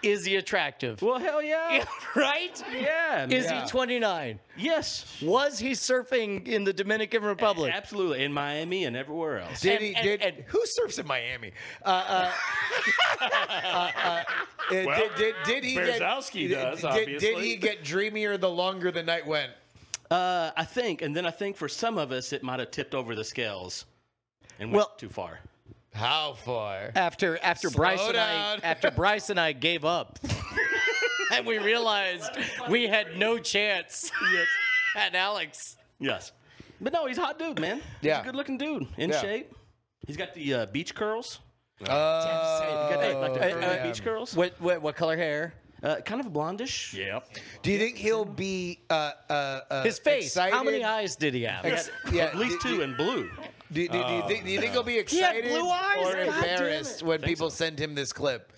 Speaker 3: Is he attractive?
Speaker 5: Well, hell yeah.
Speaker 3: right?
Speaker 5: yeah.
Speaker 3: Is
Speaker 5: man.
Speaker 2: Yeah.
Speaker 3: he 29?
Speaker 5: Yes.
Speaker 3: Was he surfing in the Dominican Republic?
Speaker 5: Absolutely. In Miami and everywhere else.
Speaker 2: Did
Speaker 3: And-
Speaker 2: he?
Speaker 3: and-
Speaker 2: Did
Speaker 3: and-
Speaker 2: who surfs in Miami? Uh, uh, uh, uh, uh,
Speaker 4: Well,
Speaker 2: did, did, did he get?
Speaker 4: Berzowski does,
Speaker 2: Did, did he
Speaker 4: obviously.
Speaker 2: get dreamier the longer the night went?
Speaker 5: Uh, I think, and then I think for some of us, it might have tipped over the scales and went
Speaker 3: Well-
Speaker 5: too far.
Speaker 2: How far?
Speaker 3: after after Bryce and
Speaker 2: down.
Speaker 3: I after Bryce and I gave up, and we realized we had no chance at Alex.
Speaker 5: Yes. But no, he's a hot dude, man. He's
Speaker 2: Yeah.
Speaker 5: a good looking dude. In
Speaker 2: Yeah.
Speaker 5: shape. He's got the uh, beach curls.
Speaker 2: Uh,
Speaker 5: You got that, like the
Speaker 2: Oh,
Speaker 5: curly
Speaker 2: yeah.
Speaker 5: beach curls.
Speaker 3: What what, what color hair?
Speaker 5: Uh, kind of blondish.
Speaker 4: Yep.
Speaker 2: do you think he'll be uh, uh, uh,
Speaker 3: His face.
Speaker 2: Excited?
Speaker 3: How many eyes did he have?
Speaker 2: Ex- yeah,
Speaker 5: At least
Speaker 2: do-
Speaker 5: two in blue.
Speaker 2: Do, do, do, you think, do you think he'll be
Speaker 3: had
Speaker 2: excited
Speaker 3: blue eyes? God
Speaker 2: or
Speaker 3: damn it.
Speaker 2: embarrassed when people send him this clip?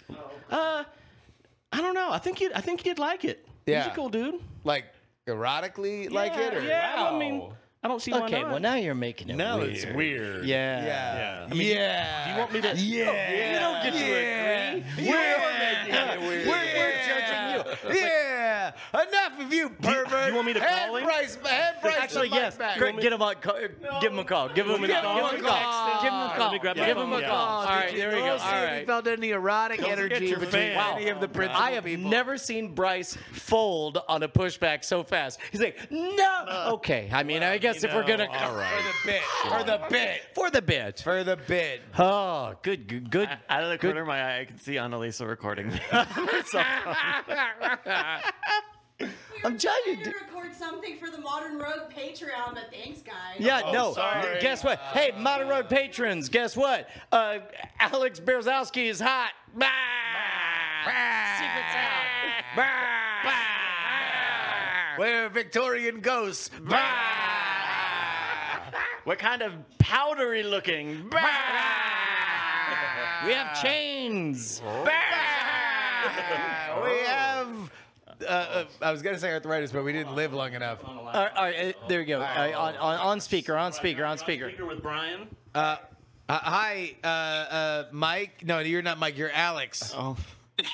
Speaker 5: I don't know. I think you. I think you'd like it. He's
Speaker 2: Yeah.
Speaker 5: a cool dude.
Speaker 2: Like erotically, like it or
Speaker 5: yeah. I
Speaker 4: Wow.
Speaker 5: mean, I don't see why
Speaker 3: okay,
Speaker 5: not.
Speaker 3: well now you're making it.
Speaker 4: Now
Speaker 3: weird.
Speaker 4: it's weird.
Speaker 3: Yeah.
Speaker 2: yeah,
Speaker 4: Yeah.
Speaker 2: yeah. yeah.
Speaker 5: you want me to?
Speaker 2: Yeah.
Speaker 3: You don't get
Speaker 2: yeah.
Speaker 3: to agree.
Speaker 2: Yeah.
Speaker 5: making it weird.
Speaker 2: We're, we're judging you. Yeah. Enough of you, pervert.
Speaker 5: you want me to
Speaker 2: hand
Speaker 5: call him?
Speaker 2: Bryce, hand Bryce the
Speaker 3: Actually,
Speaker 2: mic
Speaker 3: yes.
Speaker 2: Back.
Speaker 3: Great, get him on. Call, Give him a call. Give him a
Speaker 5: me to
Speaker 3: call.
Speaker 5: call
Speaker 3: Give him a call.
Speaker 2: him?
Speaker 3: Give him a
Speaker 2: Let
Speaker 3: call.
Speaker 5: me grab my
Speaker 3: Give him a
Speaker 5: phone.
Speaker 3: call. All
Speaker 5: Yeah.
Speaker 3: right, there we go. All right.
Speaker 2: felt any erotic
Speaker 4: forget
Speaker 2: energy
Speaker 4: your
Speaker 2: between
Speaker 4: fan. Wow.
Speaker 2: any of the principal
Speaker 3: I have
Speaker 2: people.
Speaker 3: never seen Bryce fold on a pushback so fast. He's like, no. okay. I mean, I guess
Speaker 4: you
Speaker 3: if we're
Speaker 4: know,
Speaker 3: gonna
Speaker 4: all right.
Speaker 2: for the bit. For the bit.
Speaker 3: for the bit.
Speaker 2: For the bit.
Speaker 3: Oh, good, good, good.
Speaker 1: Out of the corner of my eye, I can see Annalisa recording.
Speaker 3: I'm telling you.
Speaker 6: trying to
Speaker 3: dude.
Speaker 6: record something for the Modern Rogue Patreon, but thanks, guys.
Speaker 3: Yeah, no.
Speaker 4: sorry.
Speaker 3: Guess what? Hey, Modern Road patrons, guess what? Uh, Alex Berzowski is hot. Bah! Secrets out. Bah!
Speaker 2: We're Victorian ghosts.
Speaker 1: what kind of powdery looking?
Speaker 3: We have chains.
Speaker 2: Ah,
Speaker 4: Oh.
Speaker 2: we have. Uh, uh, I was gonna say arthritis, but we didn't live long enough.
Speaker 3: All right, all right, uh, there we go. All right, on, on, on speaker, on speaker, on speaker.
Speaker 5: with Brian.
Speaker 2: Uh, hi, uh, uh, Mike. No, you're not Mike. You're Alex.
Speaker 1: Oh.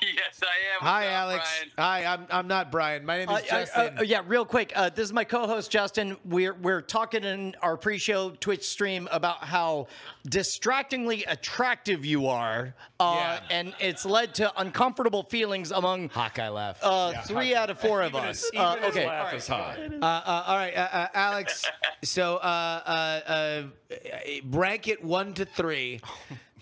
Speaker 7: yes, I am.
Speaker 2: Hi,
Speaker 7: What's up,
Speaker 2: Alex.
Speaker 7: Brian?
Speaker 2: Hi, I'm, I'm not Brian. My name is
Speaker 3: Uh, uh,
Speaker 2: Justin.
Speaker 3: uh, yeah, real quick. Uh, this is my co-host Justin. We're we're talking in our pre-show Twitch stream about how distractingly attractive you are, uh, and it's led to uncomfortable feelings among
Speaker 2: Hawkeye laugh.
Speaker 3: uh, three out of four of us.
Speaker 4: Even
Speaker 3: Uh,
Speaker 4: his
Speaker 3: okay,
Speaker 4: laugh is high.
Speaker 2: Uh, uh, all right, uh, uh, Alex. so, uh, uh, uh, rank it one to three.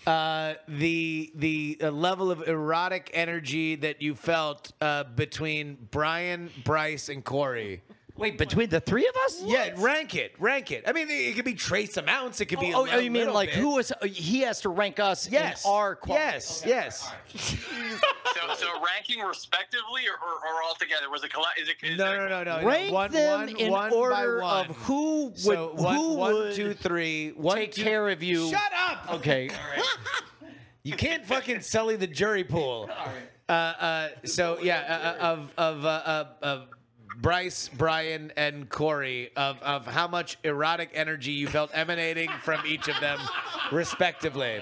Speaker 2: Uh, the the uh, level of erotic energy that you felt uh, between Brian, Bryce, and Corey.
Speaker 3: wait, between the three of us?
Speaker 2: Yeah, rank it, rank it. I mean, it could be trace amounts. It could be. a
Speaker 3: Oh, oh,
Speaker 2: little-
Speaker 3: you mean
Speaker 2: little
Speaker 3: like
Speaker 2: bit.
Speaker 3: who is? uh, He has to rank us
Speaker 2: Yes.
Speaker 3: in our quality.
Speaker 2: Yes. Yes.
Speaker 7: So, so ranking respectively or, or, or all together? Was it colli- is it is
Speaker 2: No,
Speaker 7: it-
Speaker 2: no, no, no. no.
Speaker 3: Rank
Speaker 2: one,
Speaker 3: them
Speaker 2: one-
Speaker 3: in
Speaker 2: one by
Speaker 3: order
Speaker 2: one.
Speaker 3: of who would
Speaker 2: So one,
Speaker 3: who
Speaker 2: one,
Speaker 3: would
Speaker 2: two, three, one,
Speaker 3: take
Speaker 2: two-
Speaker 3: care of you. Oh,
Speaker 2: Shut up!
Speaker 3: Okay.
Speaker 2: You can't fucking sully the jury pool. Uh, uh, so yeah, uh, uh, of of uh, uh, of Bryce, Brian, and Corey, of of how much erotic energy you felt emanating from each of them, respectively.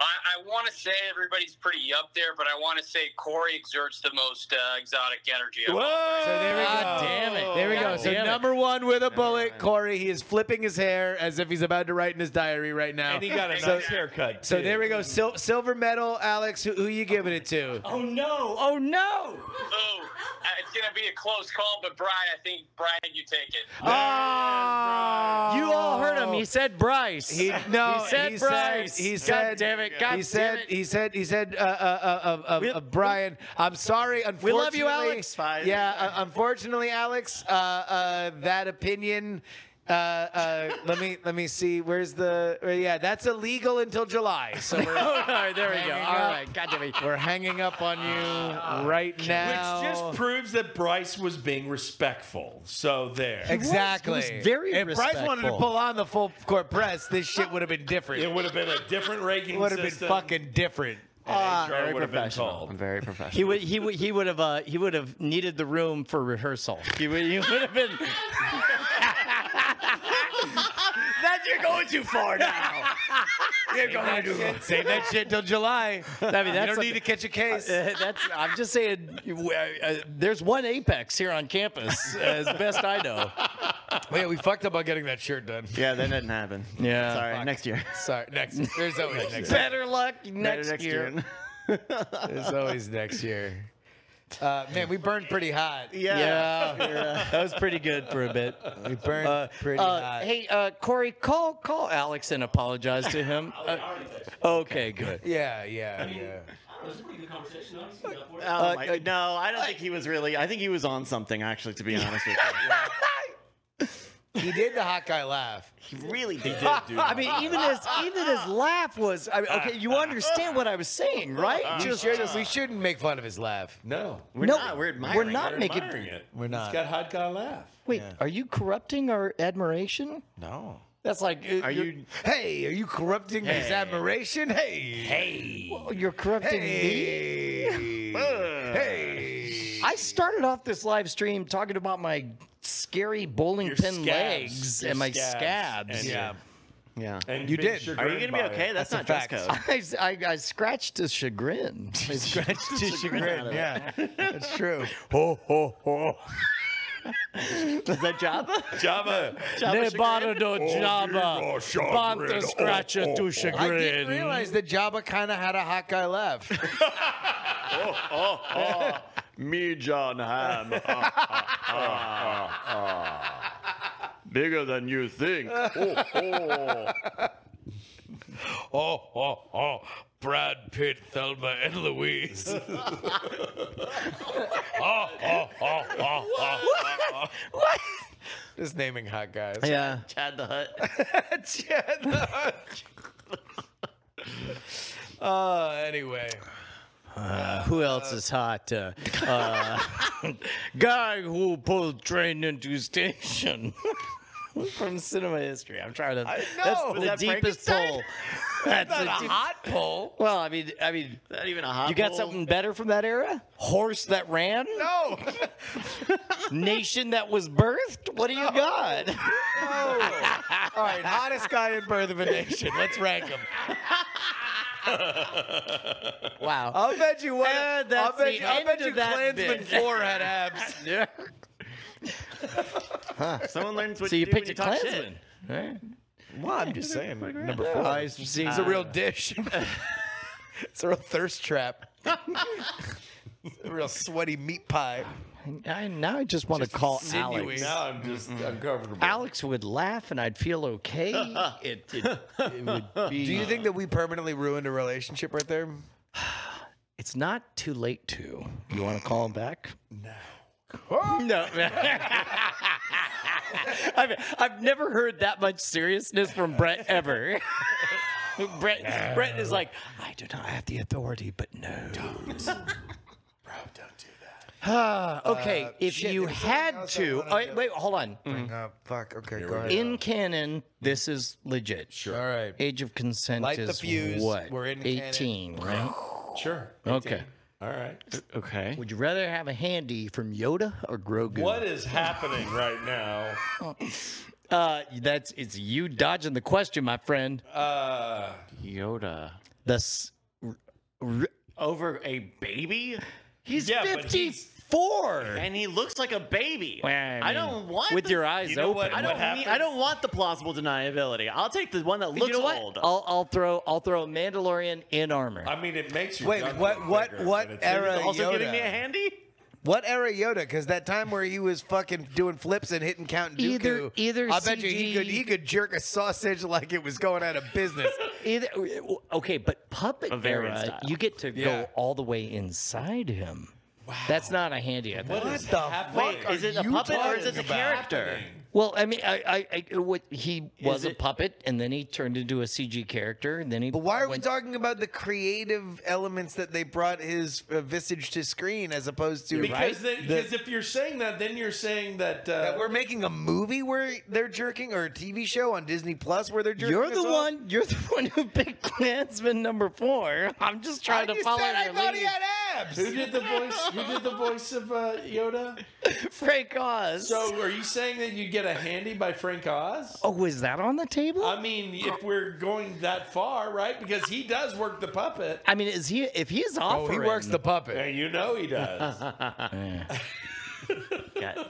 Speaker 7: I, I want to say everybody's pretty up there, but I want to say Corey exerts the most uh, exotic energy. of all.
Speaker 2: So there we
Speaker 3: God
Speaker 2: go.
Speaker 3: damn it.
Speaker 2: There we go.
Speaker 3: God
Speaker 2: So
Speaker 3: damn it.
Speaker 2: number one with a bullet, Corey. He is flipping his hair as if he's about to write in his diary right now.
Speaker 4: And he got a
Speaker 7: So-
Speaker 4: nice haircut.
Speaker 2: so
Speaker 4: too.
Speaker 2: there we go. Sil- silver medal, Alex. Who, who you giving it to?
Speaker 3: Oh no! Oh no!
Speaker 7: Ooh, uh, it's gonna be a close call, but Brian, I think Brian, you take it.
Speaker 3: You all heard him. He said Bryce.
Speaker 2: He, no,
Speaker 3: he said Bryce.
Speaker 2: Said, he
Speaker 3: God
Speaker 2: said,
Speaker 3: damn it. God
Speaker 2: he
Speaker 3: damn
Speaker 2: said,
Speaker 3: it.
Speaker 2: he said, he said, uh, uh, uh, uh, uh, uh, Brian, I'm sorry. Unfortunately,
Speaker 3: love you, Alex.
Speaker 1: Fine.
Speaker 2: Yeah, uh, unfortunately, Alex, uh, uh, that opinion. Uh, uh, let me let me see. Where's the? uh, yeah, that's illegal until July. So we're,
Speaker 3: oh no! There we go.
Speaker 2: Hanging
Speaker 3: All
Speaker 2: up.
Speaker 3: right. God damn it. Ah.
Speaker 2: we're hanging up on you right now.
Speaker 4: Which just proves that Bryce was being respectful. So there.
Speaker 2: exactly.
Speaker 3: he was very
Speaker 2: If Bryce wanted to
Speaker 3: respectful.
Speaker 2: pull on the full court press, this shit would have been different.
Speaker 4: It would have been a different ranking
Speaker 2: It would have been
Speaker 3: um,
Speaker 4: system.
Speaker 2: fucking different.
Speaker 4: and HR would have been
Speaker 1: professional.
Speaker 4: told.
Speaker 1: I'm very professional.
Speaker 3: He would. He would. He would have. Uh, he would have needed the room for rehearsal. He would. He would have been.
Speaker 2: That you're going too far now. you're going too far. Save that shit till July.
Speaker 3: I mean,
Speaker 2: you
Speaker 3: that's.
Speaker 2: don't
Speaker 3: like-
Speaker 2: need to catch a case.
Speaker 3: uh, that's. I'm just saying. uh, uh, there's one apex here on campus, as best I know.
Speaker 2: Wait, we fucked up on getting that shirt done.
Speaker 1: yeah, that didn't happen.
Speaker 3: Yeah.
Speaker 1: Sorry, next year.
Speaker 2: Sorry, next. There's always next. year.
Speaker 3: Better luck next, year.
Speaker 2: There's always next year. Uh, man, we burned pretty hot.
Speaker 1: Yeah.
Speaker 3: Yeah, that was pretty good for a bit.
Speaker 2: We burned pretty
Speaker 3: Uh,
Speaker 2: hot.
Speaker 3: hey, uh, Corey, call call Alex and apologize to him. Uh, okay, good.
Speaker 2: Yeah, yeah, yeah.
Speaker 3: Uh,
Speaker 1: Oh my, no, I don't think he was really. I think he was on something, actually, to be honest with
Speaker 2: He did the hot guy laugh.
Speaker 1: you. He really did.
Speaker 3: I mean, even his even his laugh was. I mean, okay, you understand what I was saying, right? Just-
Speaker 2: Sure, we shouldn't make fun of his laugh.
Speaker 4: No.
Speaker 1: We're
Speaker 3: No,
Speaker 1: not. We're admiring.
Speaker 3: we're not
Speaker 1: it.
Speaker 3: making.
Speaker 4: Admiring it.
Speaker 2: We're not.
Speaker 4: It's got hot guy laugh.
Speaker 3: Wait, are you corrupting our admiration?
Speaker 2: No.
Speaker 3: That's like. uh,
Speaker 1: Are
Speaker 3: you're-
Speaker 1: you?
Speaker 2: Hey, are you corrupting his admiration? Hey. Hey.
Speaker 3: oh, You're corrupting me.
Speaker 2: Hey.
Speaker 3: uh,
Speaker 2: hey.
Speaker 3: I started off this live stream talking about my scary bowling pin
Speaker 4: scabs.
Speaker 3: legs
Speaker 4: Your
Speaker 3: and my
Speaker 4: scabs.
Speaker 3: scabs.
Speaker 4: And-
Speaker 2: Yeah.
Speaker 1: Yeah.
Speaker 4: And
Speaker 2: You
Speaker 4: being
Speaker 2: did.
Speaker 1: Are
Speaker 2: Are you
Speaker 1: you
Speaker 4: chagrined
Speaker 1: gonna be
Speaker 4: by it.
Speaker 1: okay? That's,
Speaker 2: That's a
Speaker 1: not dress
Speaker 2: fact.
Speaker 1: code.
Speaker 3: I, I, I scratched his chagrin.
Speaker 2: Scratch to
Speaker 1: chagrin,
Speaker 2: Yeah, that's true.
Speaker 1: Is that Java?
Speaker 4: Java.
Speaker 3: Nevada do
Speaker 1: Oh,
Speaker 3: Java. Banta scratcha to
Speaker 2: oh, I didn't
Speaker 3: chagrin.
Speaker 2: realize that Jabba kind of had a hot guy laugh.
Speaker 1: Me, John uh, Ham. uh, Bigger than you think. oh.
Speaker 2: oh, oh, oh! Brad Pitt, Thelma and Louise. oh, oh, oh, oh, oh, oh, oh. Just naming hot guys.
Speaker 3: Yeah.
Speaker 1: Chad the Hut.
Speaker 2: Chad the Hutch. Uh, anyway,
Speaker 3: Who else is hot? Uh, uh, guy who pulled train into station. From cinema history, I'm trying to. that's
Speaker 2: know.
Speaker 3: the
Speaker 2: Was that
Speaker 3: deepest
Speaker 2: Frankenstein?
Speaker 3: poll. That's the
Speaker 2: not a
Speaker 3: deep-
Speaker 2: hot pole.
Speaker 3: Well, I mean, I mean,
Speaker 1: Not even a hot.
Speaker 3: you got
Speaker 1: bowl.
Speaker 3: something better from that era? Horse that ran?
Speaker 2: No,
Speaker 3: Nation that was birthed? What do you got?
Speaker 2: All right, hottest guy in Birth of a Nation. Let's rank him.
Speaker 3: Wow.
Speaker 2: I'll bet you what.
Speaker 3: And
Speaker 2: I'll
Speaker 3: that's
Speaker 2: bet
Speaker 3: the
Speaker 2: you, I'll
Speaker 3: end
Speaker 2: bet
Speaker 3: of
Speaker 2: you
Speaker 3: that
Speaker 2: Klansman
Speaker 3: bit.
Speaker 2: Four had abs.
Speaker 3: yeah.
Speaker 1: Someone learns what
Speaker 3: So
Speaker 1: you,
Speaker 3: you
Speaker 1: do when
Speaker 3: picked
Speaker 1: you
Speaker 3: a
Speaker 1: talk shit.
Speaker 3: Klansman. Right.
Speaker 2: Well, I'm just saying. Number four. it's a real dish. it's a real thirst trap. It's a real sweaty meat pie.
Speaker 3: I, now I just want to call
Speaker 2: sinewy.
Speaker 3: Alex.
Speaker 4: Now I'm just
Speaker 1: Mm-hmm.
Speaker 4: uncomfortable.
Speaker 3: Alex would laugh and I'd feel okay. it, it, it would be.
Speaker 2: Do you think that we permanently ruined a relationship right there?
Speaker 3: it's not too late to? You want to call him back?
Speaker 2: Oh,
Speaker 3: No. I've, I've never heard that much seriousness from Brett ever. Brett, Brett is like, I do not have the authority, but no. okay,
Speaker 2: Uh,
Speaker 3: if
Speaker 2: shit,
Speaker 3: you
Speaker 2: there was something
Speaker 3: had
Speaker 2: else I
Speaker 3: to.
Speaker 2: wanted
Speaker 3: Oh, wait,
Speaker 2: to-
Speaker 3: wait, hold on.
Speaker 2: fuck. Okay, go ahead.
Speaker 3: In canon, this is legit. Sure.
Speaker 2: All right.
Speaker 3: Age of consent
Speaker 2: Light the
Speaker 3: is
Speaker 2: fuse.
Speaker 3: what?
Speaker 2: We're in canon.
Speaker 3: 18, right?
Speaker 4: Sure.
Speaker 3: Okay.
Speaker 4: All right.
Speaker 5: Okay.
Speaker 3: Would you rather have a handy from Yoda or Grogu?
Speaker 4: What is happening right now?
Speaker 3: Uh, that's it's you dodging the question, my friend.
Speaker 4: Uh,
Speaker 5: Yoda.
Speaker 3: The s- r-
Speaker 5: Over a baby?
Speaker 3: he's
Speaker 4: Yeah, but he's-
Speaker 3: 54
Speaker 1: And he looks like a baby.
Speaker 3: Well, I
Speaker 1: I
Speaker 3: mean,
Speaker 1: don't want
Speaker 3: with
Speaker 1: the-
Speaker 3: your eyes
Speaker 4: you know
Speaker 3: open.
Speaker 4: what?
Speaker 1: I
Speaker 4: what
Speaker 1: don't.
Speaker 4: happens?
Speaker 1: Need, I don't want the plausible deniability. I'll take the one that looks
Speaker 3: you know what?
Speaker 1: old.
Speaker 3: I'll, I'll throw I'll throw a Mandalorian in armor.
Speaker 4: I mean, it makes you.
Speaker 2: Wait,
Speaker 4: dumb
Speaker 2: what-
Speaker 4: and
Speaker 2: what-
Speaker 4: bigger,
Speaker 2: what
Speaker 4: but it's-
Speaker 2: era-
Speaker 1: also giving
Speaker 2: Yoda.
Speaker 1: me a handy.
Speaker 2: What era Yoda? Because that time where he was fucking doing flips and hitting Count Dooku.
Speaker 3: Either- either
Speaker 2: I bet you he
Speaker 3: CG
Speaker 2: could he could jerk a sausage like it was going out of business.
Speaker 3: Either, okay, but puppet
Speaker 5: Bavarian
Speaker 3: era,
Speaker 5: style.
Speaker 3: you get to
Speaker 2: Yeah.
Speaker 3: go all the way inside him. That's not a handy. I think.
Speaker 2: what the
Speaker 1: Wait,
Speaker 2: fuck
Speaker 1: is
Speaker 2: are
Speaker 1: it a
Speaker 2: you
Speaker 1: puppet or is
Speaker 2: talking
Speaker 1: it the
Speaker 2: about?
Speaker 1: character?
Speaker 3: Well, I mean, I, I, I what, he was a
Speaker 5: it-
Speaker 3: puppet, and then he turned into a CG character, and then he.
Speaker 2: But why are we
Speaker 3: went-
Speaker 2: talking about the creative elements that they brought his uh, visage to screen as opposed to
Speaker 4: Because
Speaker 2: right?
Speaker 4: then, because if you're saying that, then you're saying that. Uh,
Speaker 2: That we're making a movie where they're jerking or a TV show on Disney Plus where they're jerking.
Speaker 3: You're the
Speaker 2: us off?
Speaker 3: one. You're the one who picked Klansman number four. I'm just
Speaker 2: I
Speaker 3: trying to
Speaker 2: just
Speaker 3: follow
Speaker 2: said I
Speaker 3: your
Speaker 2: thought
Speaker 3: lead.
Speaker 2: he had abs.
Speaker 4: who did the voice? Who did the voice of uh, Yoda?
Speaker 3: Frank Oz.
Speaker 4: So, are you saying that you get a handy by Frank Oz?
Speaker 3: oh, is that on the table?
Speaker 1: Uh,
Speaker 4: I mean, if we're going that far, right? Because he does work the puppet.
Speaker 3: I mean, is he? If he's
Speaker 2: Oh,
Speaker 3: offering,
Speaker 2: he works the puppet.
Speaker 4: And you know he does.
Speaker 1: Yeah.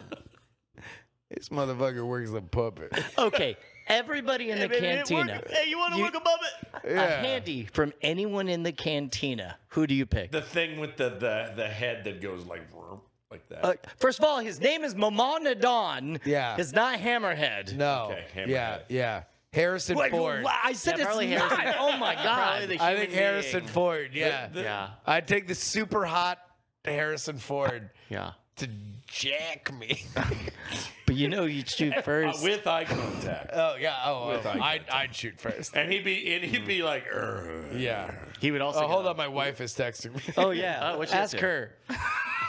Speaker 2: This motherfucker works the puppet.
Speaker 3: Okay, everybody in the
Speaker 1: Hey, man, it
Speaker 3: cantina.
Speaker 1: worked. Hey, you want to
Speaker 3: You-
Speaker 1: look above it?
Speaker 3: A handy from anyone in the cantina. Who do you pick?
Speaker 4: the thing with the, the the head that goes like vroom, like that.
Speaker 3: Uh, first of all, his name is Maman Nadon.
Speaker 2: Yeah.
Speaker 3: It's not Hammerhead.
Speaker 2: No.
Speaker 4: Okay, hammerhead.
Speaker 2: yeah, yeah. Harrison
Speaker 3: Wait,
Speaker 2: Ford.
Speaker 3: wha- I said
Speaker 1: Yeah,
Speaker 3: it's
Speaker 1: probably
Speaker 3: not.
Speaker 1: Harrison.
Speaker 3: Oh my
Speaker 1: Probably
Speaker 3: god.
Speaker 1: the
Speaker 2: I think
Speaker 1: human
Speaker 2: Harrison
Speaker 1: being.
Speaker 2: Ford. Yeah.
Speaker 1: Yeah,
Speaker 2: I'd take the super hot Harrison Ford
Speaker 1: yeah.
Speaker 2: to jack me.
Speaker 3: But you know you shoot
Speaker 4: Uh,
Speaker 3: first.
Speaker 4: with eye contact.
Speaker 2: oh yeah. Oh,
Speaker 4: With
Speaker 2: oh
Speaker 4: eye
Speaker 2: I'd,
Speaker 4: contact.
Speaker 2: I'd shoot first.
Speaker 4: and he'd be and he'd be like, "Urgh."
Speaker 2: Yeah.
Speaker 1: He would also.
Speaker 2: Oh,
Speaker 1: get
Speaker 2: hold
Speaker 1: a-
Speaker 2: on. My wife is texting me.
Speaker 3: Oh yeah.
Speaker 1: Oh, what's she up
Speaker 3: Ask
Speaker 1: to?
Speaker 3: her.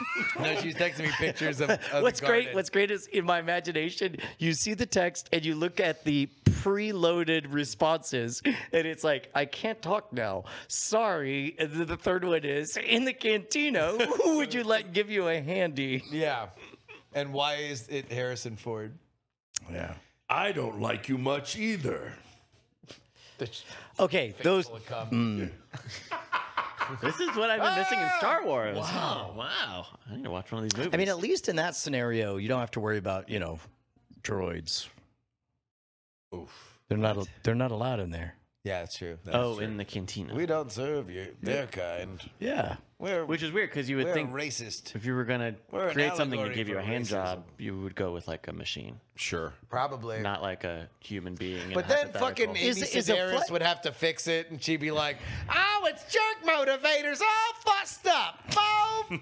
Speaker 2: no, she's texting me pictures of. of the
Speaker 3: What's great?
Speaker 2: garden.
Speaker 3: What's great is in my imagination, you see the text and you look at the preloaded responses, and it's like, I can't talk now. Sorry. And then the third one is in the cantina. Who would you let give you a handy?
Speaker 2: Yeah. And why is it Harrison Ford?
Speaker 4: yeah. I don't like you much either."
Speaker 3: Okay, those.
Speaker 1: This is what I've been missing in Star Wars. Wow, wow. I need to watch one of these movies.
Speaker 3: I mean, at least in that scenario, you don't have to worry about you know droids. They're not. They're not allowed in there.
Speaker 2: Yeah, it's true.
Speaker 1: oh, in the cantina.
Speaker 2: we don't serve you. Their kind.
Speaker 3: Yeah.
Speaker 2: We're
Speaker 1: Which is weird because you would
Speaker 2: we're
Speaker 1: think
Speaker 2: racist.
Speaker 1: if you were gonna
Speaker 2: We're an
Speaker 1: create something to
Speaker 2: allegory
Speaker 1: give you
Speaker 2: for
Speaker 1: a hand
Speaker 2: racism.
Speaker 1: job, you would go with like a machine,
Speaker 4: Sure.
Speaker 2: Probably.
Speaker 1: not like a human being. in a
Speaker 2: But then fucking
Speaker 1: hypothetical.
Speaker 2: Amy
Speaker 3: Is- is a
Speaker 2: Sedaris
Speaker 3: fla-
Speaker 2: would have to fix it, and she'd be like, "Oh, it's jerk motivators all fussed up, boom,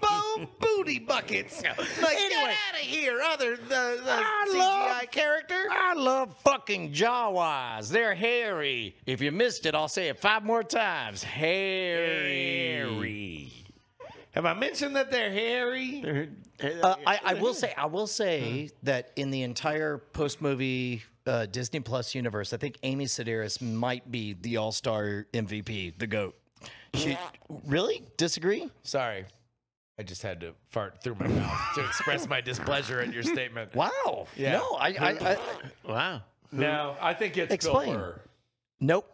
Speaker 2: boom, booty buckets." Like, get
Speaker 3: Anyway.
Speaker 2: out of here, other the, the
Speaker 1: Ah,
Speaker 3: I
Speaker 2: CGI
Speaker 3: love-
Speaker 2: character.
Speaker 3: I love fucking Jawas. They're hairy. If you missed it, I'll say it five more times. Hairy.
Speaker 2: Have I mentioned that they're hairy?
Speaker 3: Uh, I, I will say, I will say that in the entire post movie uh, Disney Plus universe, I think Amy Sedaris might be the All Star MVP, the goat. She, really disagree?
Speaker 2: Sorry, I just had to fart through my mouth to express my displeasure at your statement.
Speaker 3: Wow.
Speaker 2: Yeah.
Speaker 3: No, I, I, I
Speaker 1: wow.
Speaker 4: No, I think it's
Speaker 3: Explain.
Speaker 4: Bill Burr.
Speaker 3: nope.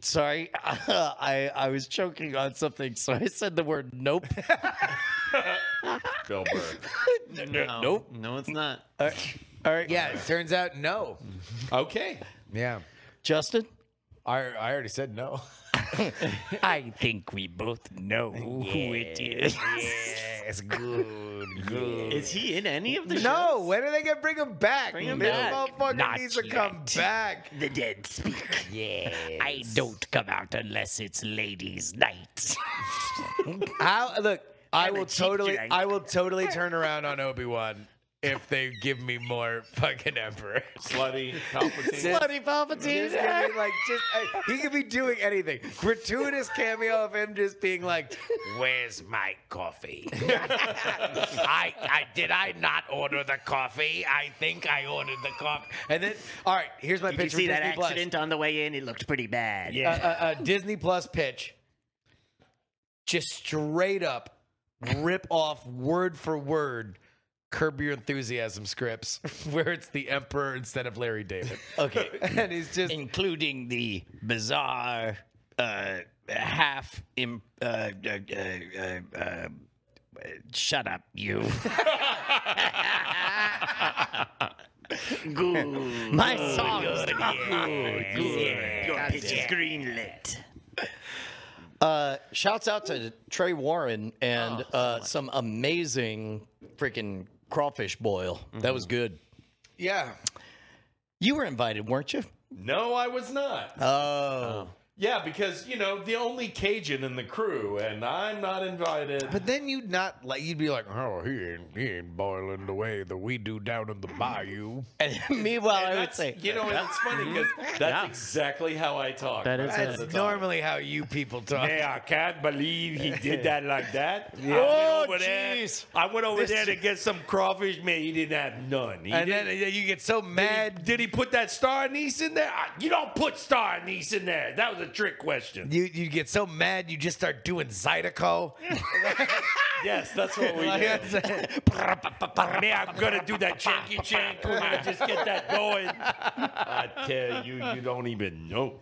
Speaker 3: Sorry, I I was choking on something, so I said the word nope.
Speaker 4: Bill Burr.
Speaker 1: No,
Speaker 3: Nope.
Speaker 1: No, it's not.
Speaker 3: All right,
Speaker 2: Yeah, it turns out no.
Speaker 4: Okay.
Speaker 2: Yeah.
Speaker 3: Justin.
Speaker 2: I, I already said no.
Speaker 3: I think we both know who it is.
Speaker 2: Yes, good, good.
Speaker 1: Is he in any of the shows?
Speaker 2: No, when are they gonna bring him back?
Speaker 1: Bring him
Speaker 2: this
Speaker 1: back.
Speaker 2: motherfucker
Speaker 3: Not
Speaker 2: needs to come back.
Speaker 3: The dead speak.
Speaker 2: Yeah.
Speaker 3: I don't come out unless it's ladies' night.
Speaker 2: How look, I
Speaker 3: I'm a
Speaker 2: will
Speaker 3: cheap
Speaker 2: totally
Speaker 3: drink.
Speaker 2: I will totally turn around on Obi-Wan if they give me more fucking emperor.
Speaker 4: Slutty Palpatine.
Speaker 3: Bloody Palpatine.
Speaker 2: He's gonna be like just uh, he could be doing anything. Gratuitous cameo of him just being like, "Where's my coffee? I, I did I not order the coffee? I think I ordered the coffee." And then, all right, here's my
Speaker 8: Did you
Speaker 2: pitch.
Speaker 8: see
Speaker 2: for
Speaker 8: that
Speaker 2: Disney Plus. Uh,
Speaker 8: accident on the way in? It looked pretty bad.
Speaker 2: a, a- a Disney Plus pitch. Just straight up rip off word for word Curb Your Enthusiasm scripts where it's the Emperor instead of Larry David.
Speaker 3: Okay.
Speaker 2: and he's just
Speaker 3: Including the bizarre uh, half. Im- uh, uh, uh, uh, uh, shut up, you.
Speaker 8: Good.
Speaker 3: My song's not
Speaker 8: Yeah. yeah. Your pitch is greenlit.
Speaker 3: Uh, shouts out to Trey Warren and uh, some amazing freaking crawfish boil. That was good.
Speaker 2: yeah.
Speaker 3: You were invited, weren't you?
Speaker 4: No, I was not.
Speaker 3: Oh,
Speaker 4: Yeah, because you know the only Cajun in the crew, and I'm not invited.
Speaker 2: But then you'd not like you'd be like, oh, he ain't, he ain't boiling the way that we do down in the bayou.
Speaker 3: and meanwhile, I would
Speaker 4: That's-
Speaker 3: say
Speaker 4: you know, and it's funny
Speaker 2: Mhm.
Speaker 4: because that's exactly how I talk.
Speaker 1: That is
Speaker 4: That's
Speaker 1: it.
Speaker 4: the
Speaker 2: That's
Speaker 4: talk.
Speaker 2: normally how you people talk.
Speaker 4: Hey, I can't believe he did that like that.
Speaker 3: Oh,
Speaker 4: I went over
Speaker 3: jeez.
Speaker 4: there. I went over
Speaker 2: This-
Speaker 4: there to get some crawfish. Man, he didn't have none. He
Speaker 2: And
Speaker 4: didn't-
Speaker 2: then uh, you get so
Speaker 4: Did
Speaker 2: mad.
Speaker 4: he, did he put that star anise in there? I- you don't put star anise in there. That was a trick question.
Speaker 2: You you get so mad you just start doing Zydeco.
Speaker 4: Yes, that's what we
Speaker 2: Like,
Speaker 4: did.
Speaker 2: that's-
Speaker 4: Man, I'm gonna do that janky jank when I just get that going. I tell you, you don't even know.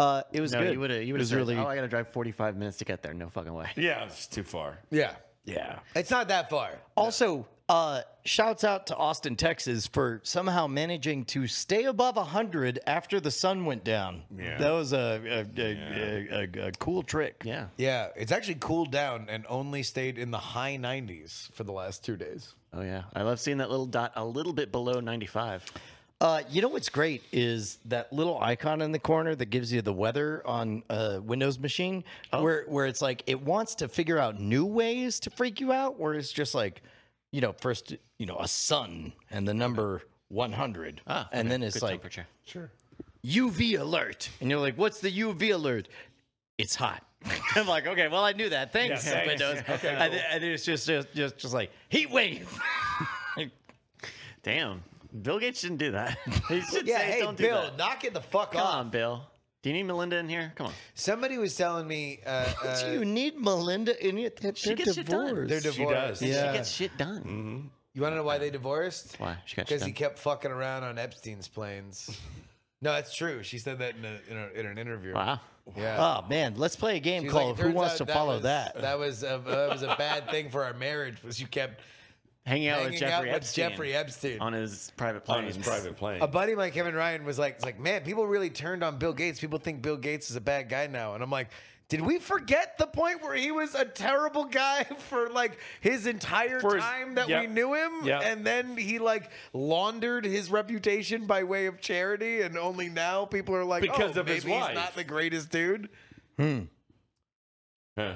Speaker 3: uh, it was
Speaker 1: No,
Speaker 3: good.
Speaker 1: you would have. You
Speaker 3: It
Speaker 1: would have
Speaker 3: was
Speaker 1: said,
Speaker 3: really.
Speaker 1: "Oh, I gotta drive 45 minutes to get there. No fucking way."
Speaker 4: Yeah, it's too far.
Speaker 2: yeah.
Speaker 4: Yeah.
Speaker 2: It's not that far.
Speaker 3: Also, uh, shouts out to Austin, Texas for somehow managing to stay above 100 after the sun went down.
Speaker 4: Yeah.
Speaker 3: That was a, a, a, a, a, a cool trick.
Speaker 1: Yeah.
Speaker 2: Yeah, it's actually cooled down and only stayed in the high 90s for the last two days.
Speaker 1: Oh yeah. I love seeing that little dot a little bit below 95.
Speaker 3: Uh, you know what's great is that little icon in the corner that gives you the weather on a Windows machine,
Speaker 1: Oh.
Speaker 3: where where it's like it wants to figure out new ways to freak you out, where it's just like, you know, first you know a sun and the number one hundred, and then it's like
Speaker 1: Ah, temperature.
Speaker 3: UV alert, and you're like, what's the UV alert? It's hot. I'm like, okay, well I knew that. Thanks,
Speaker 4: Yeah, thanks.
Speaker 3: Windows.
Speaker 4: Okay,
Speaker 3: and,
Speaker 4: cool.
Speaker 3: and it's just just just just like heat wave.
Speaker 1: Damn. Bill Gates shouldn't do that. he should
Speaker 2: Yeah,
Speaker 1: say,
Speaker 2: hey,
Speaker 1: "Don't
Speaker 2: Bill,
Speaker 1: do that."
Speaker 2: knock it the fuck
Speaker 1: Come
Speaker 2: off.
Speaker 1: on, Bill. Do you need Melinda in here? Come on.
Speaker 2: Somebody was telling me uh, uh,
Speaker 3: Do you need Melinda in it? They're Mm.
Speaker 1: She gets shit done.
Speaker 3: divorced.
Speaker 2: they're
Speaker 4: She
Speaker 2: divorced.
Speaker 4: does. And she
Speaker 2: Yeah.
Speaker 1: She gets shit done.
Speaker 2: you want to know why they divorced?
Speaker 1: Why? She got shit
Speaker 2: Because he
Speaker 1: done.
Speaker 2: kept fucking around on Epstein's planes. no, that's true. She said that in, a, in, a, in an interview.
Speaker 1: Wow. Uh,
Speaker 2: Yeah.
Speaker 3: Oh man, let's play a game
Speaker 2: She's
Speaker 3: called
Speaker 2: like,
Speaker 3: Who
Speaker 2: "Turns
Speaker 3: Wants
Speaker 2: out
Speaker 3: to Follow
Speaker 2: was,
Speaker 3: That?
Speaker 2: That was a, that was a bad thing for our marriage. Was you kept
Speaker 1: Hanging out with
Speaker 2: hanging out
Speaker 1: Oh, Jeffrey
Speaker 2: with
Speaker 1: Epstein
Speaker 2: Jeffrey Epstein.
Speaker 1: on his private plane.
Speaker 4: On his private plane.
Speaker 2: a buddy of mine, Kevin Ryan, was like, it's like, man, people really turned on Bill Gates. People think Bill Gates is a bad guy now. And I'm like, did we forget the point where he was a terrible guy for like his entire
Speaker 4: For his-
Speaker 2: time that
Speaker 4: yeah.
Speaker 2: we knew him?
Speaker 4: Yeah.
Speaker 2: And then he like laundered his reputation by way of charity. And only now people are like,
Speaker 4: Because
Speaker 2: oh,
Speaker 4: of his
Speaker 2: maybe
Speaker 4: wife.
Speaker 2: he's not the greatest dude.
Speaker 4: Huh.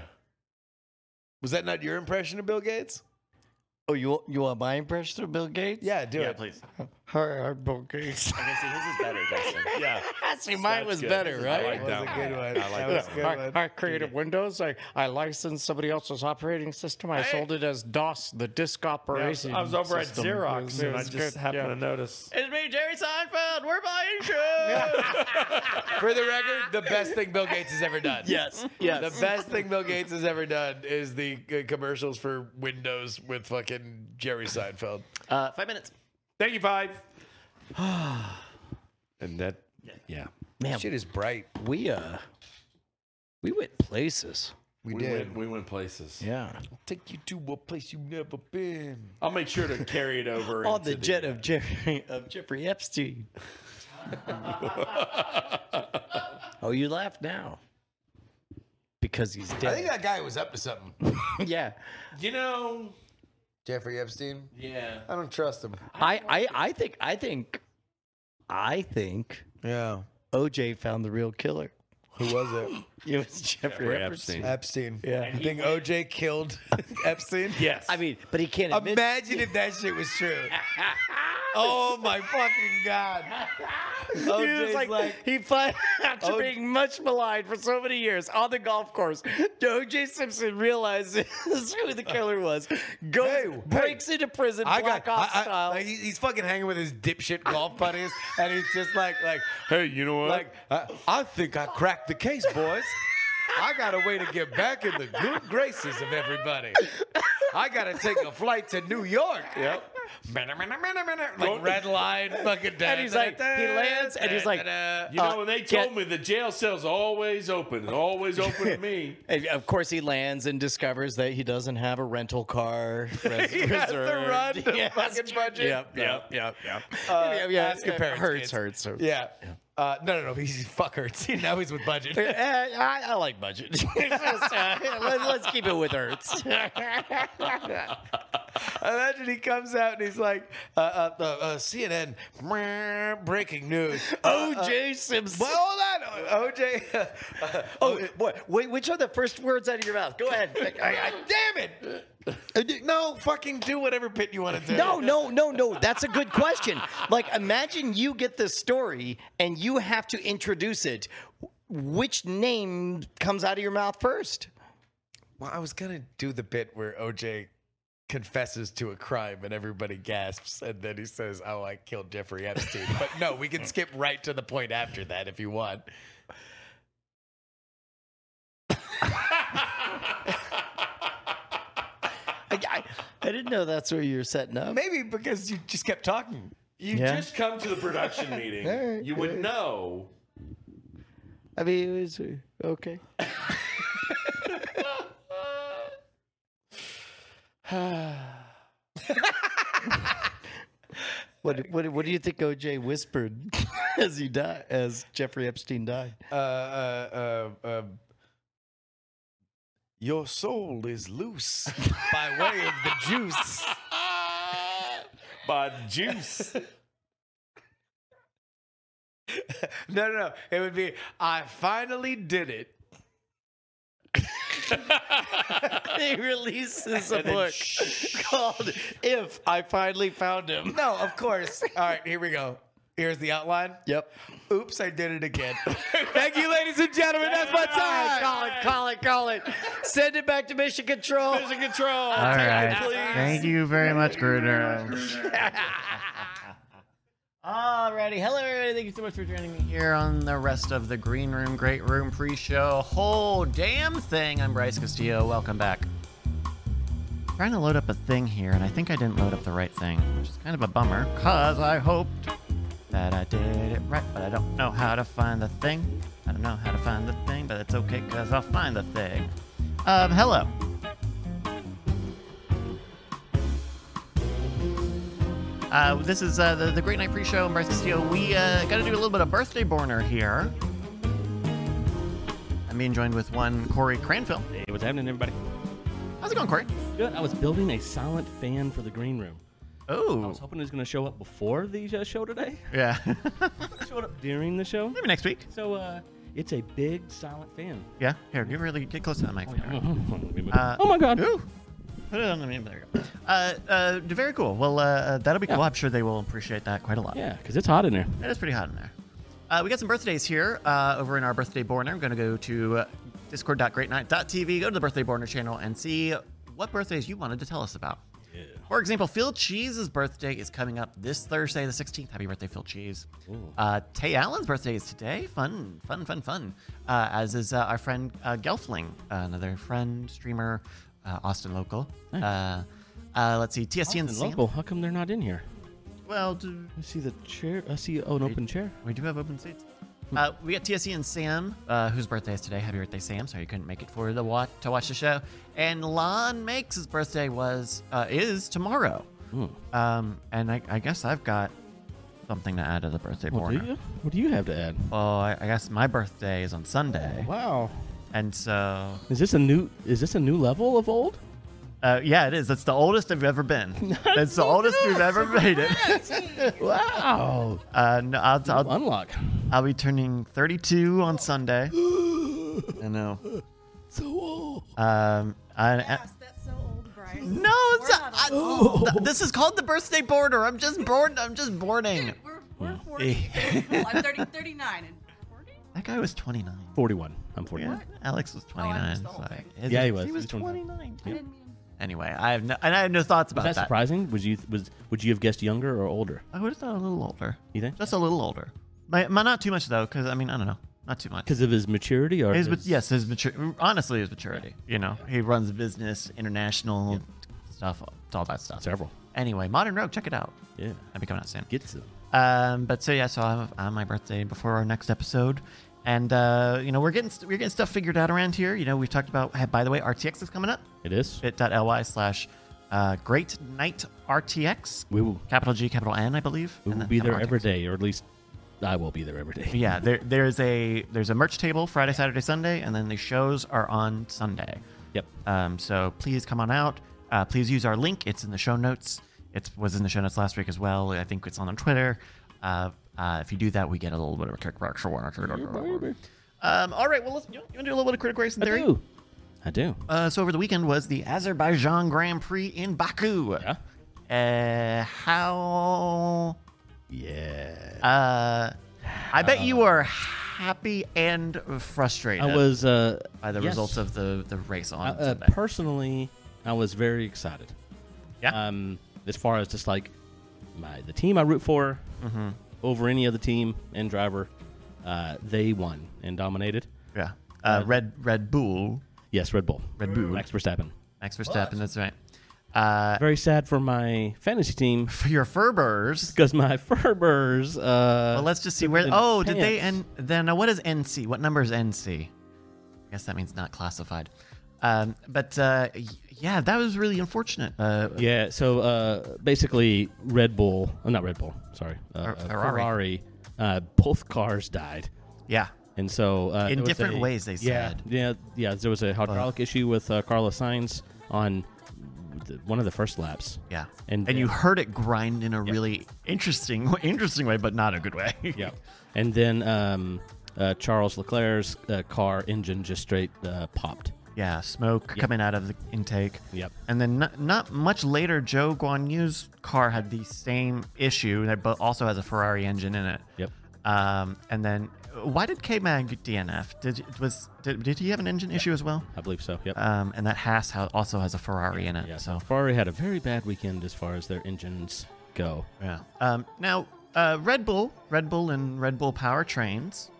Speaker 2: Was that not your impression of Bill Gates?
Speaker 3: Oh, you you want my impression of Bill Gates?
Speaker 2: Yeah, do
Speaker 1: Yeah,
Speaker 2: it.
Speaker 1: please.
Speaker 3: Hi, I'm Bill Gates.
Speaker 1: I guess his is better, Justin.
Speaker 4: Yeah.
Speaker 3: See, mine
Speaker 4: That's
Speaker 3: was
Speaker 4: good.
Speaker 3: better,
Speaker 4: I
Speaker 3: right?
Speaker 4: like
Speaker 2: That was a
Speaker 4: that
Speaker 2: good
Speaker 4: one.
Speaker 2: one.
Speaker 4: I like
Speaker 2: that was
Speaker 4: that
Speaker 2: a good
Speaker 4: one.
Speaker 2: one.
Speaker 3: I created Windows. I, I licensed somebody else's operating system. I sold it as DOS, the disk
Speaker 4: I
Speaker 3: operation.
Speaker 4: was, I was over at
Speaker 3: system. It was-
Speaker 4: Xerox
Speaker 3: it
Speaker 4: and I
Speaker 3: was
Speaker 4: just
Speaker 3: good,
Speaker 4: happened
Speaker 3: yeah.
Speaker 4: to notice.
Speaker 1: It's me, Jerry Seinfeld. We're buying shoes.
Speaker 2: For the record, the best thing Bill Gates has ever done.
Speaker 3: Yes, yes.
Speaker 2: The best thing Bill Gates has ever done is the uh, commercials for Windows with fucking Jerry Seinfeld.
Speaker 1: uh, five minutes.
Speaker 4: Thank you, five. and that, yeah.
Speaker 3: Man,
Speaker 2: Shit is bright.
Speaker 3: we uh, we went places.
Speaker 4: We, went, we went places.
Speaker 3: Yeah,
Speaker 2: Take you to a place you've never been.
Speaker 4: I'll make sure to carry it over.
Speaker 3: on
Speaker 4: into
Speaker 3: the jet of Jeffrey of Jeffrey Epstein. oh, you laugh now because he's
Speaker 2: I
Speaker 3: dead.
Speaker 2: think that guy was up to something.
Speaker 3: yeah,
Speaker 4: You know,
Speaker 2: Jeffrey Epstein.
Speaker 5: Yeah.
Speaker 2: I don't trust him.
Speaker 3: I, I, I think, I think, I think
Speaker 2: Yeah.
Speaker 3: OJ found the real killer.
Speaker 2: Who was it?
Speaker 3: It was Jeffrey,
Speaker 4: Jeffrey
Speaker 3: Epstein.
Speaker 4: Epstein.
Speaker 2: Epstein.
Speaker 3: Yeah.
Speaker 2: You think OJ killed Epstein?
Speaker 4: Yes.
Speaker 3: I mean, but he can't admit.
Speaker 2: Imagine if that shit was true. Oh my fucking god.
Speaker 3: He
Speaker 2: OJ's
Speaker 3: was like, he finally, after being much maligned for so many years on the golf course, O.J. Simpson realizes who the killer was, goes,
Speaker 2: Hey,
Speaker 3: breaks into prison,
Speaker 2: I
Speaker 3: black
Speaker 2: got
Speaker 3: ops
Speaker 2: I, I,
Speaker 3: style.
Speaker 2: like, he- he's fucking hanging with his dipshit golf buddies, and he's just like, like,
Speaker 4: hey, you know what?
Speaker 2: like I, I think I cracked the case, boys. I got a way to get back in the good graces of everybody. I gotta take a flight to New York. Yep. Like red line, fucking.
Speaker 3: and he's like, he lands, and he's like,
Speaker 4: you know, when they told me the jail cell's always open, it's always open to me.
Speaker 3: and of course, he lands and discovers that he doesn't have a rental car. Res-
Speaker 2: He has to
Speaker 3: reserved.
Speaker 2: run to
Speaker 3: Yes.
Speaker 2: fucking budget.
Speaker 3: Yep, yep, yep, yep.
Speaker 2: Uh,
Speaker 3: yeah, yeah,
Speaker 2: ask your parents,
Speaker 3: hurts,
Speaker 2: kids.
Speaker 3: hurts, hurts.
Speaker 2: Yeah. Uh, no, no, no. He's fuck hurts. now he's with budget.
Speaker 3: Uh, I, I like budget. It's just, uh, let, let's keep it with Hertz.
Speaker 2: Imagine he comes out and he's like, uh, uh, uh, uh, CNN, meh, breaking news. Uh,
Speaker 3: OJ Simpson.
Speaker 2: Well, hold on, OJ. Uh,
Speaker 3: Oh, boy. Wait, which are the first words out of your mouth? Go ahead.
Speaker 2: I, I, damn it! No, fucking do whatever pit you want to do.
Speaker 3: No, no, no, no. That's a good question. Like, imagine you get this story and you have to introduce it. Which name comes out of your mouth first?
Speaker 2: Well, I was gonna do the bit where OJ confesses to a crime and everybody gasps, and then he says, "Oh, I killed Jeffrey Epstein." but no, we can skip right to the point after that if you want.
Speaker 3: I, I, I didn't know that's where you were setting up.
Speaker 2: Maybe because you just kept talking.
Speaker 4: You
Speaker 3: Yeah.
Speaker 4: just come to the production meeting.
Speaker 3: right,
Speaker 4: you would know.
Speaker 3: I mean, it was uh, okay. what, what what do you think OJ whispered as he died, as Jeffrey Epstein died?
Speaker 2: Uh, uh, uh, uh, your soul is loose by way of the juice.
Speaker 4: But juice.
Speaker 2: No, no, no. It would be, I finally did it.
Speaker 3: he releases a book called "If I Finally Found Him."
Speaker 2: No, of course. All right, here we go. Here's the outline.
Speaker 3: Yep.
Speaker 2: Oops, I did it again. Thank you, ladies and gentlemen. That's my time.
Speaker 3: Call it, call it, call it. Send it back to Mission Control. Mission Control.
Speaker 1: All right. Thank you very much, Gruner. Alrighty, hello everybody. Thank you so much for joining me here on the rest of the Green Room, Great Room pre-show whole damn thing. I'm Bryce Castillo. Welcome back. Trying to load up a thing here, and I think I didn't load up the right thing, which is kind of a bummer, cause I hoped that I did it right, but I don't know how to find the thing. I don't know how to find the thing, but it's okay, cause I'll find the thing. Um, hello. Uh, this is uh, the, the Great Night Pre-Show. I'm Bryce Castillo. We uh, got to do a little bit of birthday borner here. I'm being joined with one Corey Cranfield.
Speaker 5: Hey, what's happening, everybody?
Speaker 1: How's it going, Corey?
Speaker 5: Good. I was building a silent fan for the green room. I
Speaker 1: Oh,
Speaker 5: was hoping it was going to show up before the uh, show today.
Speaker 1: yeah.
Speaker 5: It showed up during the show.
Speaker 1: Maybe next week.
Speaker 5: So uh, it's a big silent fan.
Speaker 1: Yeah. Here, get really get close to the mic.
Speaker 5: Oh, Uh, oh my god.
Speaker 1: Ooh. Put it on the meme. There you go. Uh, uh, very cool. Well, uh, uh, that'll be cool.
Speaker 5: Yeah.
Speaker 1: I'm sure they will appreciate that quite a lot.
Speaker 5: Yeah, because it's hot in there.
Speaker 1: It is pretty hot in there. Uh, we got some birthdays here uh, over in our birthday borner. I'm going to go to uh, discord.greatnight.tv, go to the birthday borner channel, and see what birthdays you wanted to tell us about. For example, Phil Cheese's birthday is coming up this Thursday, the 16th. Happy birthday, Phil Cheese. Uh, Tay Allen's birthday is today. Fun, fun, fun, fun. Uh, as is uh, our friend uh, Gelfling, uh, another friend, streamer, uh, Austin local. Uh, uh, let's see, TSTN
Speaker 5: And
Speaker 1: Sam-
Speaker 5: local, how come they're not in here?
Speaker 1: Well, do,
Speaker 5: I see the chair. I see an open chair.
Speaker 1: we do have open seats. Uh, we got TSC and Sam, uh, whose birthday is today. Happy birthday, Sam! Sorry you couldn't make it for the watch to watch the show. And Lon Makes' birthday was uh, is tomorrow.
Speaker 5: Hmm.
Speaker 1: Um, and I, I guess I've got something to add to the birthday
Speaker 5: What do
Speaker 1: corner.
Speaker 5: you? What do you have to add?
Speaker 1: Well, I, I guess my birthday is on Sunday,
Speaker 5: Wow.
Speaker 1: and so
Speaker 5: Is this a new? Is this a new level of old?
Speaker 1: uh, yeah, it is. That's the oldest I've ever been. That's the oldest we've ever made it.
Speaker 5: Wow.
Speaker 1: Uh, no, I'll, I'll,
Speaker 5: Unlock.
Speaker 1: I'll be turning 32 on Sunday. I know.
Speaker 5: So old.
Speaker 1: Um, I, I-
Speaker 6: Yes, that's so old, Bryce.
Speaker 1: no, it's
Speaker 6: We're
Speaker 1: not,
Speaker 6: not
Speaker 1: I-
Speaker 6: old.
Speaker 1: th- this is called the birthday border. I'm just bored. I'm just boarding.
Speaker 6: We're, we're
Speaker 3: Mm.
Speaker 6: 40. well, I'm 30, 39 and 40?
Speaker 1: That guy was 29.
Speaker 5: Forty-one. I'm
Speaker 1: Yeah,
Speaker 5: forty-one.
Speaker 1: Alex was
Speaker 6: I
Speaker 1: 29.
Speaker 6: missed the whole
Speaker 1: Oh, so I-
Speaker 5: Yeah, he was.
Speaker 1: He was
Speaker 5: He was 29.
Speaker 1: 29. Anyway, I have no, and I have no thoughts about
Speaker 5: Was that
Speaker 1: that.
Speaker 5: surprising? Was you was would you have guessed younger or older?
Speaker 1: I would have thought a little older.
Speaker 5: You think?
Speaker 1: Just a little older. My, my not too much though, because I mean I don't know, not too much.
Speaker 5: Because of his maturity or
Speaker 1: His,
Speaker 5: his-
Speaker 1: yes, his maturity. Honestly, his maturity. You know, he runs a business, international stuff, it's all that stuff.
Speaker 5: Several.
Speaker 1: Anyway, Modern Rogue, check it out.
Speaker 5: Yeah.
Speaker 1: That'll be coming out soon.
Speaker 5: Gets them.
Speaker 1: Um, but so yeah, so I'm on my birthday before our next episode, and uh, you know we're getting we're getting stuff figured out around here. You know, we've talked about. hey, By the way, RTX is coming up.
Speaker 5: It is.
Speaker 1: Bit.ly slash uh, Great Night RTX.
Speaker 5: We will
Speaker 1: Capital G, capital N, I believe.
Speaker 5: we
Speaker 1: and
Speaker 5: will
Speaker 1: then
Speaker 5: be there
Speaker 1: capital
Speaker 5: every
Speaker 1: RTX.
Speaker 5: day, or at least I will be there every day.
Speaker 1: Yeah, there there's a there's a merch table Friday, Saturday, Sunday, and then the shows are on Sunday.
Speaker 5: Yep.
Speaker 1: Um, so please come on out. Uh, please use our link. It's in the show notes. It was in the show notes last week as well. I think it's on our Twitter. Uh, uh, if you do that, we get a little bit of a kickback. Sure. Um, all right. Well, let's, you want to do a little bit of critical race
Speaker 5: I
Speaker 1: theory?
Speaker 5: do. I do.
Speaker 1: Uh, so over the weekend was the Azerbaijan Grand Prix in Baku. Uh, how?
Speaker 5: Yeah.
Speaker 1: Uh, I bet you were happy and frustrated
Speaker 5: I was uh,
Speaker 1: by the
Speaker 5: yes.
Speaker 1: results of the, the race on
Speaker 5: I- uh,
Speaker 1: Sunday.
Speaker 5: personally, I was very excited.
Speaker 1: Yeah.
Speaker 5: Um, as far as just like my the team I root for
Speaker 1: Mm-hmm.
Speaker 5: over any other team and driver, uh, they won and dominated.
Speaker 1: yeah. Uh, Red Red Bull,
Speaker 5: Yes, Red Bull.
Speaker 1: Red Bull.
Speaker 5: Max Verstappen.
Speaker 1: Max Verstappen. That's right. Uh,
Speaker 5: Very sad for my fantasy team
Speaker 1: for your Ferbers.
Speaker 5: because my Ferbers. Uh,
Speaker 1: Well, let's just see where.
Speaker 5: in
Speaker 1: Oh, did they end?
Speaker 5: pants.
Speaker 1: Then uh, what is NC? What number is NC? I guess that means not classified. Um, but uh, y- yeah, that was really unfortunate. Uh,
Speaker 5: Yeah, so uh, basically, Red Bull, oh, not Red Bull, sorry, uh,
Speaker 1: Fer- Ferrari.
Speaker 5: Ferrari, uh, both cars died.
Speaker 1: yeah.
Speaker 5: And so, uh,
Speaker 1: In
Speaker 5: there was
Speaker 1: different
Speaker 5: a-
Speaker 1: ways, they
Speaker 5: yeah,
Speaker 1: said.
Speaker 5: Yeah, yeah, there was a hydraulic issue with uh, Carlos Sainz on the, one of the first laps.
Speaker 1: Yeah.
Speaker 5: And-
Speaker 1: you heard it grind in a really interesting interesting way, but not a good way.
Speaker 5: Yeah. And then um, uh, Charles Leclerc's uh, car engine just straight uh, popped.
Speaker 1: Yeah, smoke coming out of the intake.
Speaker 5: Yep.
Speaker 1: And then not, not much later, Joe Guan Yu's car had the same issue that but also has a Ferrari engine in it.
Speaker 5: Yep.
Speaker 1: Um, and then why did K Mag DNF? Did was did, did he have an engine issue as well?
Speaker 5: I believe so. Yep.
Speaker 1: Um, and that Haas ha- also has a Ferrari in it.
Speaker 5: yeah, so
Speaker 1: So
Speaker 5: Ferrari had a very bad weekend as far as their engines go.
Speaker 1: yeah. Um, now uh, Red Bull, Red Bull and Red Bull Powertrains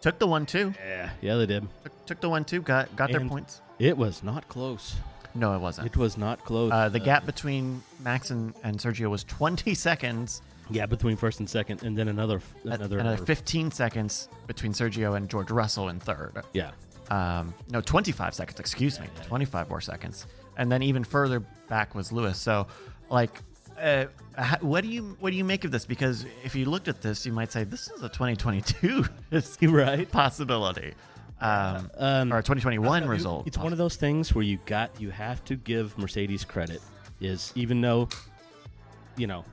Speaker 1: took the one two.
Speaker 5: Yeah. Yeah, they did.
Speaker 1: Took, took the one two. Got got their
Speaker 5: Eh. And-
Speaker 1: points.
Speaker 5: It was not close.
Speaker 1: No, it wasn't.
Speaker 5: It was not close.
Speaker 1: Uh, the gap between Max and, and Sergio was 20 seconds,
Speaker 5: yeah, between first and second, and then another f-
Speaker 1: another,
Speaker 5: another,
Speaker 1: 15 seconds between Sergio and George Russell in third.
Speaker 5: Yeah,
Speaker 1: Um, no, 25 seconds, excuse me, 25 more seconds. And then even further back was Lewis. So, like, uh, ha- what do you what do you make of this? Because if you looked at this, you might say this is a 2022
Speaker 5: Right.
Speaker 1: possibility, um,
Speaker 5: um,
Speaker 1: or a 2021 result.
Speaker 5: It's one of those things where you got you have to give Mercedes credit. Is even though, you know,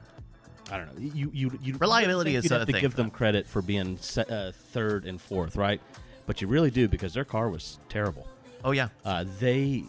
Speaker 5: I don't know. You you, you
Speaker 1: Reliability
Speaker 5: you'd
Speaker 1: is
Speaker 5: have
Speaker 1: a
Speaker 5: to
Speaker 1: thing
Speaker 5: give
Speaker 1: for
Speaker 5: them credit for being se- uh, third and fourth, right? But you really do because their car was terrible.
Speaker 1: Oh yeah,
Speaker 5: Uh, they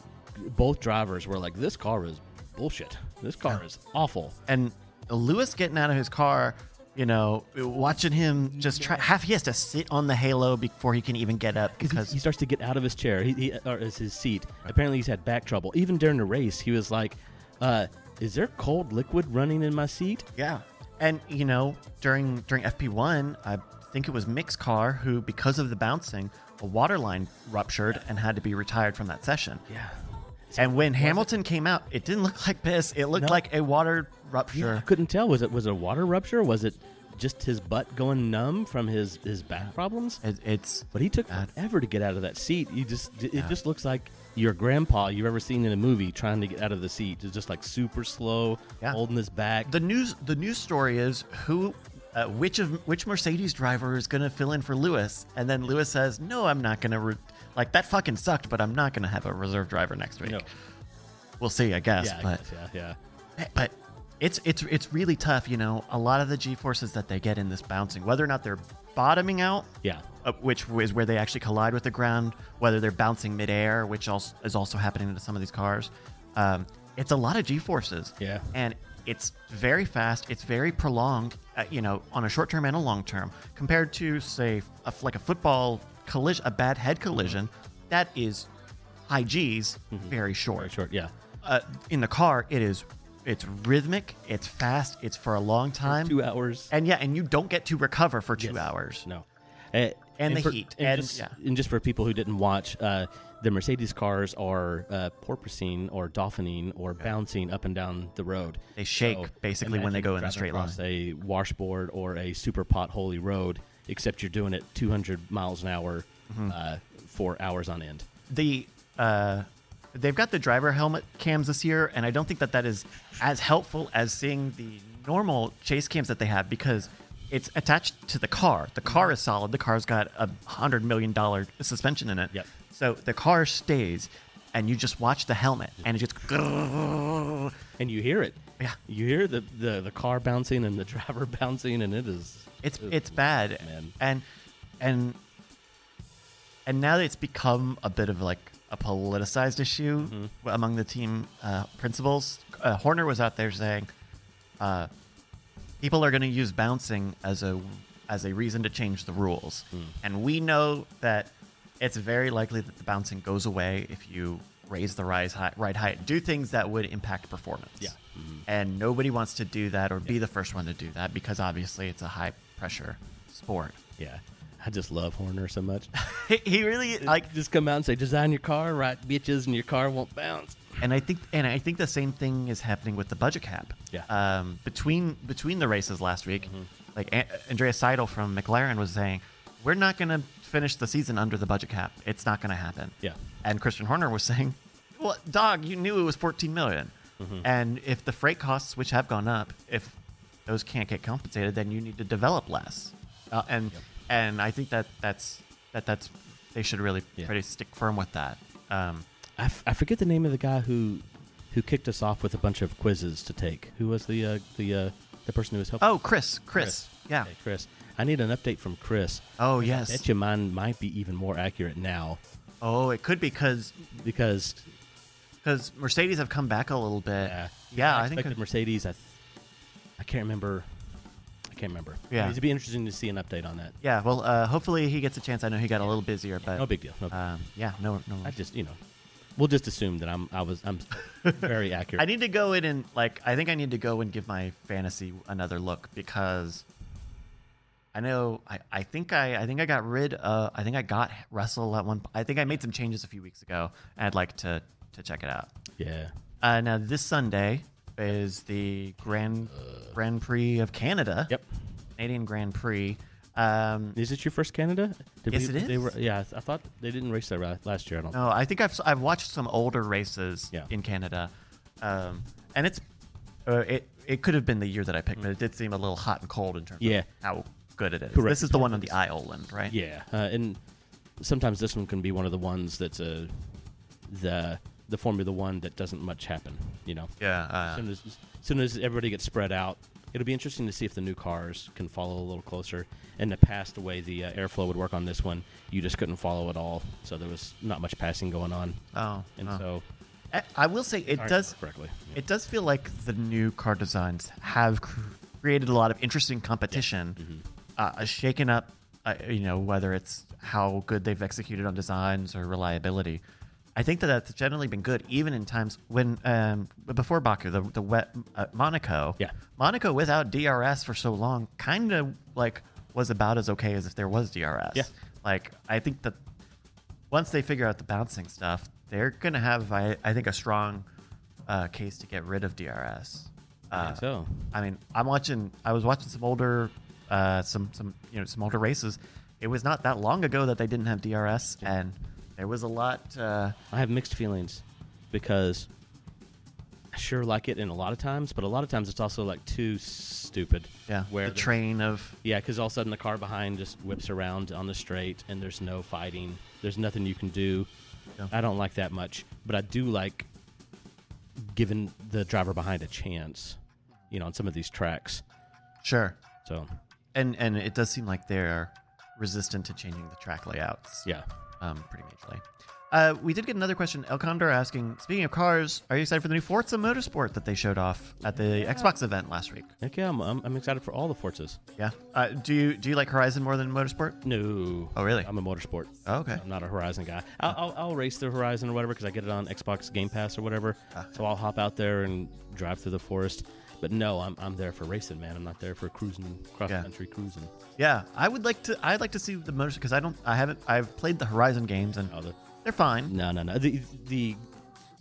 Speaker 5: both drivers were like, "This car is bullshit. This car is awful."
Speaker 1: and Lewis getting out of his car, you know, watching him just try. Half he has to sit on the halo before he can even get up
Speaker 5: because
Speaker 1: because
Speaker 5: he, starts to get out of his chair, he, he or is his seat. Apparently, he's had back trouble. Even during the race, he was like, uh, "Is there cold liquid running in my seat?"
Speaker 1: yeah. And you know, during during FP one, I think it was Mick's car who, because of the bouncing, a water line ruptured and had to be retired from that session.
Speaker 5: Yeah,
Speaker 1: And when Hamilton came out, it didn't look like piss. It looked
Speaker 5: No.
Speaker 1: like a water
Speaker 5: I
Speaker 1: rupture.
Speaker 5: couldn't tell. Was it was it a water rupture? Was it just his butt going numb from his his back problems.
Speaker 1: It, it's
Speaker 5: But he took forever to get out of that seat. You just it just looks like your grandpa you've ever seen in a movie trying to get out of the seat. It's just like super slow,
Speaker 1: Yeah.
Speaker 5: holding his back.
Speaker 1: the news. The news story is who, uh, which of which Mercedes driver is going to fill in for Lewis, and then Lewis says, "No, I'm not going to." Re- like that fucking sucked, but I'm not going to have a reserve driver next week.
Speaker 5: No.
Speaker 1: We'll see, I guess.
Speaker 5: yeah, I
Speaker 1: but
Speaker 5: guess, yeah, yeah.
Speaker 1: but it's it's it's really tough. You know, a lot of the G forces that they get in this bouncing, whether or not they're bottoming out,
Speaker 5: Yeah.
Speaker 1: uh, which is where they actually collide with the ground, whether they're bouncing midair, which also is also happening to some of these cars. Um, it's a lot of G forces.
Speaker 5: Yeah.
Speaker 1: and it's very fast. It's very prolonged. Uh, you know, on a short term and a long term, compared to say a, like a football collision, a bad head collision, that is high G's, very short
Speaker 5: Mm-hmm. Very short, yeah.
Speaker 1: uh, in the car, it is it's rhythmic, it's fast, it's for a long time,
Speaker 5: Two hours.
Speaker 1: and yeah, and you don't get to recover for two hours.
Speaker 5: No. Uh,
Speaker 1: And the heat.
Speaker 5: And,
Speaker 1: And-
Speaker 5: just,
Speaker 1: yeah.
Speaker 5: and just for people who didn't watch, uh, the Mercedes cars are uh, porpoising or dolphining or bouncing up and down the road.
Speaker 1: They shake, basically, when they
Speaker 5: imagine
Speaker 1: go in a
Speaker 5: driving
Speaker 1: straight
Speaker 5: across A washboard or a super potholy road, except you're doing it 200 miles an hour
Speaker 1: Mm-hmm.
Speaker 5: uh, for hours on end.
Speaker 1: The uh, they've got the driver helmet cams this year, and I don't think that that is as helpful as seeing the normal chase cams that they have because it's attached to the car. The car is solid. The car's got a hundred million dollar suspension in it.
Speaker 5: Yep.
Speaker 1: So the car stays, and you just watch the helmet, and it just
Speaker 5: And you hear it.
Speaker 1: Yeah.
Speaker 5: You hear the, the, the car bouncing and the driver bouncing, and it is.
Speaker 1: It's it's bad,
Speaker 5: man.
Speaker 1: and and and now it's become a bit of like a politicized issue
Speaker 5: Mm-hmm.
Speaker 1: among the team uh, principals. Uh, Horner was out there saying, uh, "People are going to use bouncing as a as a reason to change the rules,"
Speaker 5: Hmm.
Speaker 1: and we know that it's very likely that the bouncing goes away if you raise the rise height, ride height, do things that would impact performance.
Speaker 5: Yeah. Mm-hmm.
Speaker 1: And nobody wants to do that or be the first one to do that because obviously it's a high pressure sport.
Speaker 5: Yeah. I just love Horner so much.
Speaker 1: He, he really like
Speaker 5: just come out and say, design your car right, bitches, and your car won't bounce.
Speaker 1: and I think and I think the same thing is happening with the budget cap.
Speaker 5: Yeah. Mm-hmm.
Speaker 1: Um, between between the races last week, like A- Andrea Seidel from McLaren was saying, we're not going to finish the season under the budget cap. It's not going to happen.
Speaker 5: Yeah.
Speaker 1: And Christian Horner was saying, well, dog, you knew it was 14 million.
Speaker 5: Mm-hmm.
Speaker 1: And if the freight costs, which have gone up, if those can't get compensated, then you need to develop less. Uh, and and I think that that's that that's they should really
Speaker 5: Yeah.
Speaker 1: pretty stick firm with that. Um,
Speaker 5: I, f- I forget the name of the guy who who kicked us off with a bunch of quizzes to take. Who was the uh, the uh, the person who was helping?
Speaker 1: oh, Chris, Chris, yeah.
Speaker 5: Hey, Chris. I need an update from Chris.
Speaker 1: Oh
Speaker 5: I
Speaker 1: yes.
Speaker 5: bet you mine might be even more accurate now
Speaker 1: Oh, it could be because
Speaker 5: because
Speaker 1: because Mercedes have come back a little bit.
Speaker 5: uh,
Speaker 1: Yeah, I, think.
Speaker 5: expected Mercedes. I th- I can't remember. I can't remember.
Speaker 1: Yeah.
Speaker 5: it'd be interesting to see an update on that.
Speaker 1: yeah, well, uh, hopefully he gets a chance. I know he got a little busier, but
Speaker 5: No big deal. No, big-
Speaker 1: Um, yeah, no, no.
Speaker 5: I just you know, we'll just assume that I'm I was I'm very accurate.
Speaker 1: I need to go in and like I think I need to go and give my fantasy another look because I know I, I think I I think I got rid of I think I got Russell at one. I think I made some changes a few weeks ago, and I'd like to to check it out.
Speaker 5: yeah.
Speaker 1: Uh, now this Sunday is the Grand Grand Prix of Canada.
Speaker 5: Yep.
Speaker 1: Canadian Grand Prix. Um,
Speaker 5: Is it your first Canada? Did
Speaker 1: Yes, it
Speaker 5: They
Speaker 1: is. Oh.
Speaker 5: were, yeah, I th- I thought they didn't race that ra- last year. I don't.
Speaker 1: no, I think I've I've watched some older races
Speaker 5: Yeah.
Speaker 1: in Canada, um, and it's uh, it it could have been the year that I picked, but it did seem a little hot and cold in terms
Speaker 5: Yeah.
Speaker 1: of how good it is.
Speaker 5: Correct.
Speaker 1: This is the one on the island, right?
Speaker 5: Yeah, uh, and sometimes this one can be one of the ones that's a the the Formula One that doesn't much happen. You know,
Speaker 1: Yeah. Uh,
Speaker 5: as soon as, as soon as everybody gets spread out, it'll be interesting to see if the new cars can follow a little closer. In the past, the way the uh, airflow would work on this one, you just couldn't follow at all, so there was not much passing going on.
Speaker 1: oh.
Speaker 5: and
Speaker 1: oh.
Speaker 5: so
Speaker 1: I- I will say it
Speaker 5: I remember
Speaker 1: does.
Speaker 5: correctly.
Speaker 1: It does feel like the new car designs have cr- created a lot of interesting competition,
Speaker 5: Mm-hmm.
Speaker 1: uh, uh, shaken up, uh, you know, whether it's how good they've executed on designs or reliability. I think that that's generally been good, even in times when um, before Baku, the the wet uh, Monaco,
Speaker 5: Yeah.
Speaker 1: Monaco without DRS for so long, kind of like was about as okay as if there was DRS.
Speaker 5: Yeah.
Speaker 1: Like I think that once they figure out the bouncing stuff, they're gonna have, I, I think, a strong uh, case to get rid of DRS. Uh,
Speaker 5: I think so
Speaker 1: I mean, I'm watching. I was watching some older uh, some some you know some older races. It was not that long ago that they didn't have DRS, and there was a lot. Uh,
Speaker 5: I have mixed feelings because I sure like it in a lot of times, but a lot of times it's also like too stupid.
Speaker 1: yeah,
Speaker 5: where
Speaker 1: the train of
Speaker 5: Yeah, because all of a sudden the car behind just whips around on the straight, and there's no fighting. There's nothing you can do.
Speaker 1: Yeah.
Speaker 5: I don't like that much, but I do like giving the driver behind a chance. You know, on some of these tracks.
Speaker 1: sure,
Speaker 5: So
Speaker 1: and and it does seem like they're resistant to changing the track layouts.
Speaker 5: yeah,
Speaker 1: um, pretty majorly. Uh, we did get another question. El Condor asking, speaking of cars, are you excited for the new Forza Motorsport that they showed off at the Xbox event last week?
Speaker 5: Heck yeah, I'm, I'm, I'm excited for all the Forzas.
Speaker 1: Yeah. Uh, do you do you like Horizon more than Motorsport?
Speaker 5: No.
Speaker 1: Oh, really?
Speaker 5: I'm a motorsport.
Speaker 1: Oh, okay.
Speaker 5: I'm not a Horizon guy. I'll, I'll, I'll race the Horizon or whatever because I get it on Xbox Game Pass or whatever.
Speaker 1: Ah.
Speaker 5: So I'll hop out there and drive through the forest. But no, I'm, I'm there for racing, man. I'm not there for cruising, cross country cruising.
Speaker 1: Yeah, I would like to. I'd like to see the motors because I don't. I haven't. I've played the Horizon games and
Speaker 5: No, the,
Speaker 1: they're fine.
Speaker 5: no, no, no. The, the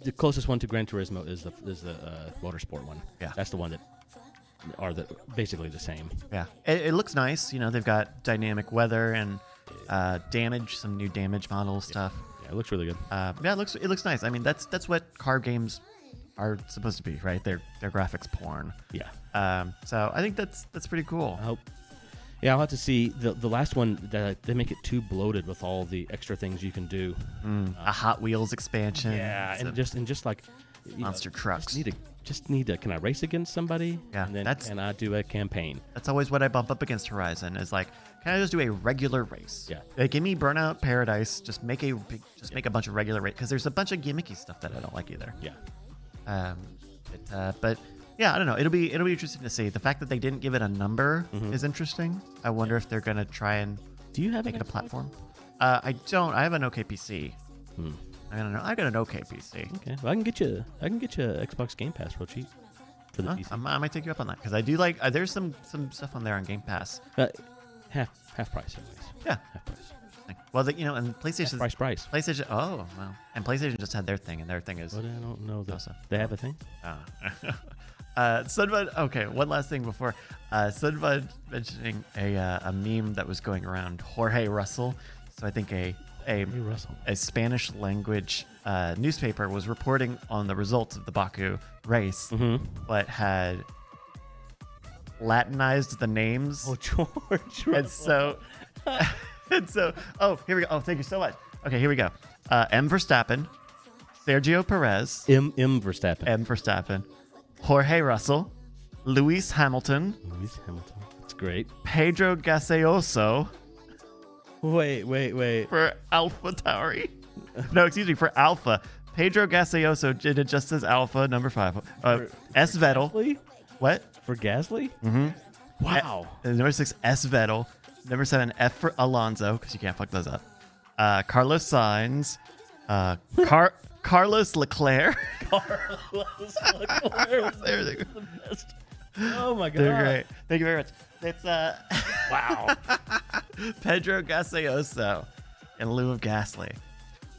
Speaker 5: the closest one to Gran Turismo is the is the uh, motorsport one.
Speaker 1: Yeah.
Speaker 5: that's the one that are the basically the same.
Speaker 1: Yeah, it, it looks nice. You know, they've got dynamic weather and uh, damage, some new damage model stuff.
Speaker 5: Yeah, it looks really good.
Speaker 1: Uh, yeah, it looks it looks nice. I mean, that's that's what car games are supposed to be, right? They're they're graphics porn.
Speaker 5: Yeah, Uh-huh.
Speaker 1: Um, so I think that's that's pretty cool.
Speaker 5: I hope. Yeah, I'll have to see the the last one. That they make it too bloated with all the extra things you can do.
Speaker 1: a Hot Wheels expansion.
Speaker 5: Yeah,
Speaker 1: It's
Speaker 5: and
Speaker 1: a-
Speaker 5: just and just like you know,
Speaker 1: Monster trucks.
Speaker 5: Just need to just need to. Can I race against somebody?
Speaker 1: Yeah,
Speaker 5: and then
Speaker 1: that's-
Speaker 5: can I do a campaign?
Speaker 1: that's always what I bump up against Horizon. Is like, can I just do a regular race?
Speaker 5: Yeah.
Speaker 1: Like, give me Burnout Paradise. Just make a big- just make a bunch of regular race because there's a bunch of gimmicky stuff that I don't like either.
Speaker 5: Yeah,
Speaker 1: Um, but, uh, but yeah, I don't know. It'll be it'll be interesting to see. The fact that they didn't give it a number is interesting. I wonder if they're gonna try and
Speaker 5: Mm-hmm. Do you have
Speaker 1: make
Speaker 5: an
Speaker 1: it a
Speaker 5: Xbox?
Speaker 1: platform. Uh, I don't. I have an OK PC. I don't know. I got an OK PC.
Speaker 5: Hmm. okay. Well, I can get you. I can get you a Xbox Game Pass real cheap for the
Speaker 1: Huh?
Speaker 5: PC.
Speaker 1: I might I might take you up on that because I do like. Uh, there's some some stuff on there on Game Pass.
Speaker 5: Uh, half half price, anyways.
Speaker 1: Yeah.
Speaker 5: Half price.
Speaker 1: Well, the, you know, and PlayStation.
Speaker 5: Price price.
Speaker 1: PlayStation. Oh, wow. And PlayStation just had their thing, and their thing is.
Speaker 5: But I don't know. The,
Speaker 1: Also-
Speaker 5: They have a thing.
Speaker 1: Uh, uh, Sunbud. Okay, one last thing before uh, Sunbud mentioning a uh, a meme that was going around Jorge Russell. So I think a a
Speaker 5: Hey Russell.
Speaker 1: a Spanish language uh, newspaper was reporting on the results of the Baku race,
Speaker 5: Mm-hmm.
Speaker 1: but had Latinized the names.
Speaker 5: Oh George.
Speaker 1: and so and so oh here we go oh thank you so much okay here we go uh, m verstappen sergio perez
Speaker 5: M M Verstappen.
Speaker 1: m verstappen jorge russell luis hamilton
Speaker 5: Lewis Hamilton. It's great.
Speaker 1: pedro gaseoso
Speaker 5: Wait, wait, wait.
Speaker 1: for alpha tauri no excuse me for alpha pedro gaseoso did it just as alpha number five uh, s vettel
Speaker 5: Gasly?
Speaker 1: what
Speaker 5: For Gasly? Wow.
Speaker 1: Uh, number six, S. Vettel. Number seven, F for Alonso, because you can't fuck those up. Uh, Carlos Sainz. Uh, Car- Carlos Leclerc. There they go.
Speaker 5: oh my god.
Speaker 1: They're great. Thank you very much. It's uh,
Speaker 4: Wow.
Speaker 1: Pedro Gaseoso in lieu of Gasly.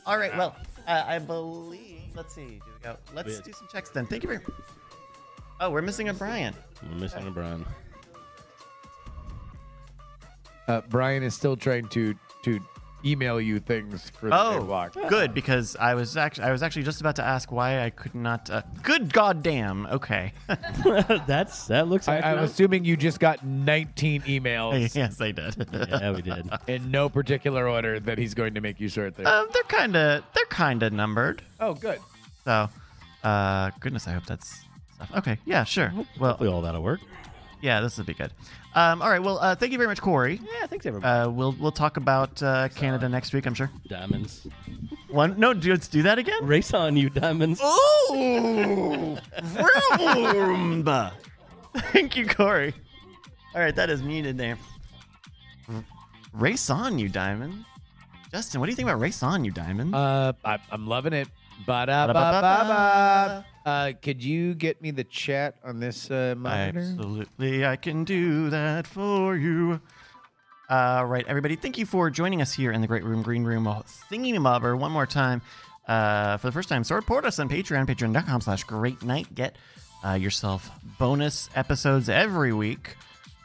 Speaker 1: All right, well, uh, I believe. Let's see. Here we go. Let's
Speaker 5: Yeah.
Speaker 1: do some checks then. Thank you very much. Oh, we're missing a Brian.
Speaker 5: We're missing a Brian.
Speaker 2: Uh, Brian is still trying to to email you things for the
Speaker 1: Oh,
Speaker 2: walk.
Speaker 1: good because I was actually I was actually just about to ask why I could not. Uh, good goddamn. Okay.
Speaker 5: That's that looks.
Speaker 2: I, I'm
Speaker 5: accurate.
Speaker 2: assuming you just got 19 emails
Speaker 1: yes, I did.
Speaker 5: Yeah, we did.
Speaker 2: in no particular order that he's going to make you sort through.
Speaker 1: Um, they're kind of they're kind of numbered.
Speaker 2: oh, good.
Speaker 1: So, uh, goodness, I hope that's stuff. okay. Yeah, sure.
Speaker 5: Hopefully
Speaker 1: Well,
Speaker 5: all that'll work.
Speaker 1: yeah, this would be good. Um, all right. Well, uh, thank you very much, Corey.
Speaker 5: Yeah, thanks everybody.
Speaker 1: Uh, we'll we'll talk about uh, Canada next week. I'm sure.
Speaker 5: diamonds.
Speaker 1: One. No, dude, let's do that again.
Speaker 5: Race on you, diamonds.
Speaker 1: Ooh, vroom. Thank you, Corey. All right, that is muted there. Race on, you diamond. Justin, what do you think about race on, you diamond?
Speaker 2: Uh, I, I'm loving it. Ba da ba ba
Speaker 1: Ba-da-ba-ba-ba.
Speaker 2: ba. Uh, could you get me the chat on this uh, monitor?
Speaker 1: Absolutely, I can do that for you. All right, everybody, thank you for joining us here in the Great Room, Green Room, Thingy Mobber one more time. Uh, for the first time, support us on Patreon, patreon.com slash great night. Get uh, yourself bonus episodes every week.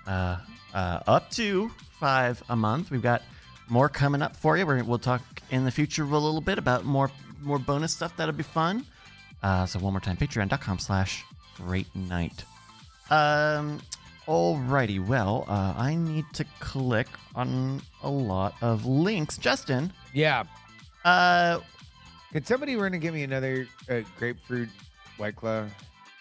Speaker 1: uh, uh, up to five a month. We've got more coming up for you. We're, we'll talk in the future a little bit about more more bonus stuff that'll be fun. Uh, so one more time, patreon.com slash great night. Um, alrighty, well, uh, I need to click on a lot of links. Justin,
Speaker 2: Yeah.
Speaker 1: uh,
Speaker 2: Could somebody run and give me another uh, grapefruit white claw?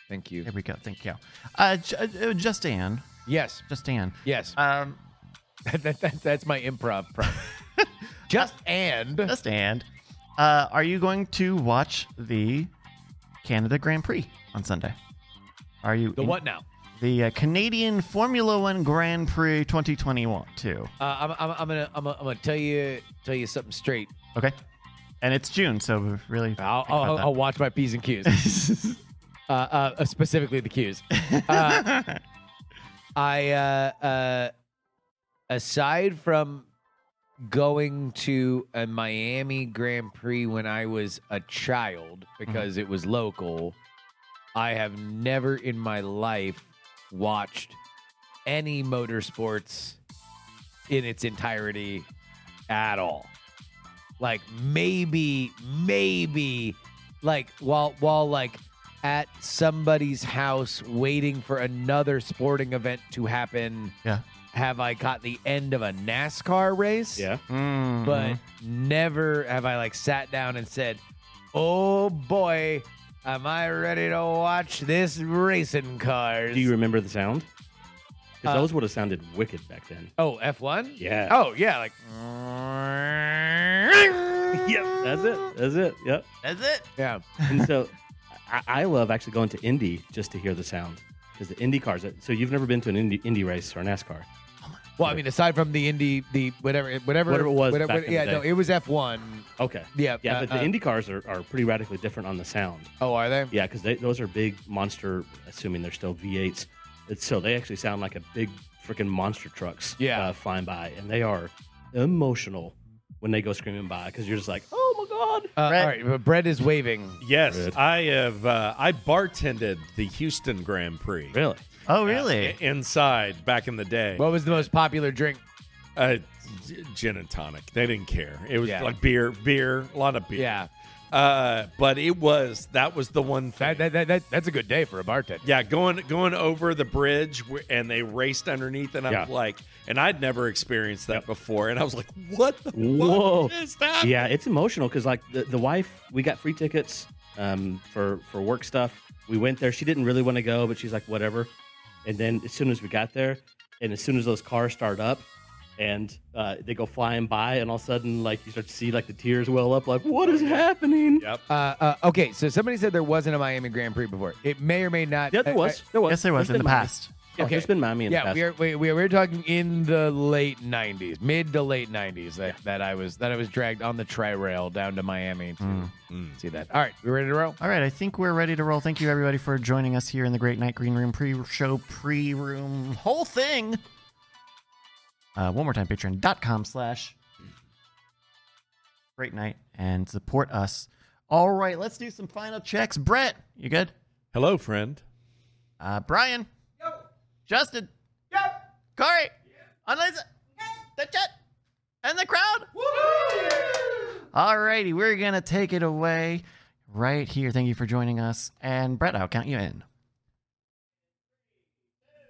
Speaker 2: Thank you.
Speaker 1: here we go. Thank you. Uh, J- uh, Justin,
Speaker 2: Yes.
Speaker 1: Justin.
Speaker 2: Yes.
Speaker 1: Um,
Speaker 2: that, that, that, that's my improv prompt. Just and
Speaker 1: Just and, uh, are you going to watch the Canada Grand Prix on Sunday? Are you
Speaker 2: the
Speaker 1: in-
Speaker 2: what now?
Speaker 1: The uh, Canadian Formula One Grand Prix 2021. Two.
Speaker 2: Uh, I'm, I'm, I'm gonna I'm, gonna- I'm gonna tell you tell you something straight.
Speaker 1: Okay, and it's June, so really.
Speaker 2: I'll,
Speaker 1: think about
Speaker 2: I'll,
Speaker 1: that.
Speaker 2: I'll watch my p's and q's. uh, uh, specifically the Q's. Uh, I, uh, uh, aside from going to a Miami Grand Prix when I was a child because it was local, I have never in my life watched any motorsports in its entirety at all. Like maybe, maybe, like while while like at somebody's house waiting for another sporting event to happen.
Speaker 1: Yeah.
Speaker 2: Have I caught the end of a NASCAR race?
Speaker 5: Yeah.
Speaker 1: Mm,
Speaker 2: But never have I like sat down and said, "Oh boy, am I ready to watch this racing cars?"
Speaker 5: Do you remember the sound? Because
Speaker 2: Uh,
Speaker 5: those would have sounded wicked back then.
Speaker 2: oh, F1?
Speaker 5: Yeah.
Speaker 2: Oh, yeah, like
Speaker 5: Yep. That's it. That's it. Yep.
Speaker 1: that's it.
Speaker 2: yeah.
Speaker 5: And so I, I love actually going to Indy just to hear the sound because the Indy cars. So you've never been to an Indy, Indy race or a NASCAR.
Speaker 2: Well, I mean, aside from the indie, the whatever, whatever,
Speaker 5: Whatever it was
Speaker 2: whatever,
Speaker 5: back in the
Speaker 2: yeah,
Speaker 5: day.
Speaker 2: no, it was F one.
Speaker 5: Okay.
Speaker 2: Yeah,
Speaker 5: Yeah,
Speaker 2: uh,
Speaker 5: but the
Speaker 2: uh,
Speaker 5: Indy cars are, are pretty radically different on the sound.
Speaker 2: Oh, are they?
Speaker 5: Yeah, because those are big monster. Assuming they're still V8s, it's, so they actually sound like a big freaking monster trucks.
Speaker 2: Yeah.
Speaker 5: uh, flying by, and they are emotional when they go screaming by because you're just like, oh my god.
Speaker 2: Uh,
Speaker 1: Brett.
Speaker 2: All right, but Brett is waving.
Speaker 4: Yes, I have. Uh, I bartended the Houston Grand Prix.
Speaker 5: Really?
Speaker 1: Oh, really?
Speaker 4: I- Inside back in the day,
Speaker 2: What was the most popular drink?
Speaker 4: uh, g- gin and tonic. They didn't care. It was
Speaker 2: Yeah.
Speaker 4: like beer, beer, a lot of beer.
Speaker 2: Yeah,
Speaker 4: Uh, but it was that was the one
Speaker 2: that,
Speaker 4: thing.
Speaker 2: that, that, that that's a good day for a bartender.
Speaker 4: yeah, going going over the bridge wh- and they raced underneath, and I'm
Speaker 5: Yeah.
Speaker 4: like, and I'd never experienced that before, and I was like, what the
Speaker 5: Whoa.
Speaker 4: fuck is that?
Speaker 5: Yeah, it's emotional because like the, the wife, we got free tickets um, for for work stuff. We went there. She didn't really want to go, but she's like, whatever. And then as soon as we got there, and as soon as those cars start up, and uh, they go flying by, and all of a sudden, like you start to see like the tears well up, like what is happening?
Speaker 4: Yep.
Speaker 2: Uh, uh, okay, so somebody said there wasn't a Miami Grand Prix before. It may or may not.
Speaker 5: Yeah, there
Speaker 2: I-
Speaker 5: was, there was.
Speaker 1: yes, there was
Speaker 5: There's
Speaker 1: in the
Speaker 5: been Miami.
Speaker 1: past.
Speaker 5: Yeah,
Speaker 2: Okay.
Speaker 5: there's been
Speaker 2: I-
Speaker 5: Miami in the
Speaker 2: yeah,
Speaker 5: past.
Speaker 2: we are we, we we're talking in the late '90s, mid to late '90s that, that I was that I was dragged on the tri rail down to Miami to
Speaker 5: Mm.
Speaker 2: see that. All right, we ready to roll?
Speaker 1: All right, I think we're ready to roll. Thank you, everybody, for joining us here in the Great Night Green Room pre-show, pre-room, whole thing. Uh, one more time, patreon.com slash Great Night and support us. All right, let's do some final checks. Brett, you good?
Speaker 4: Hello, friend.
Speaker 1: Uh, Brian? Justin? Corey? Annalisa? The chat? And the crowd? Alrighty, we're gonna take it away right here. Thank you for joining us. And Brett, I'll count you in.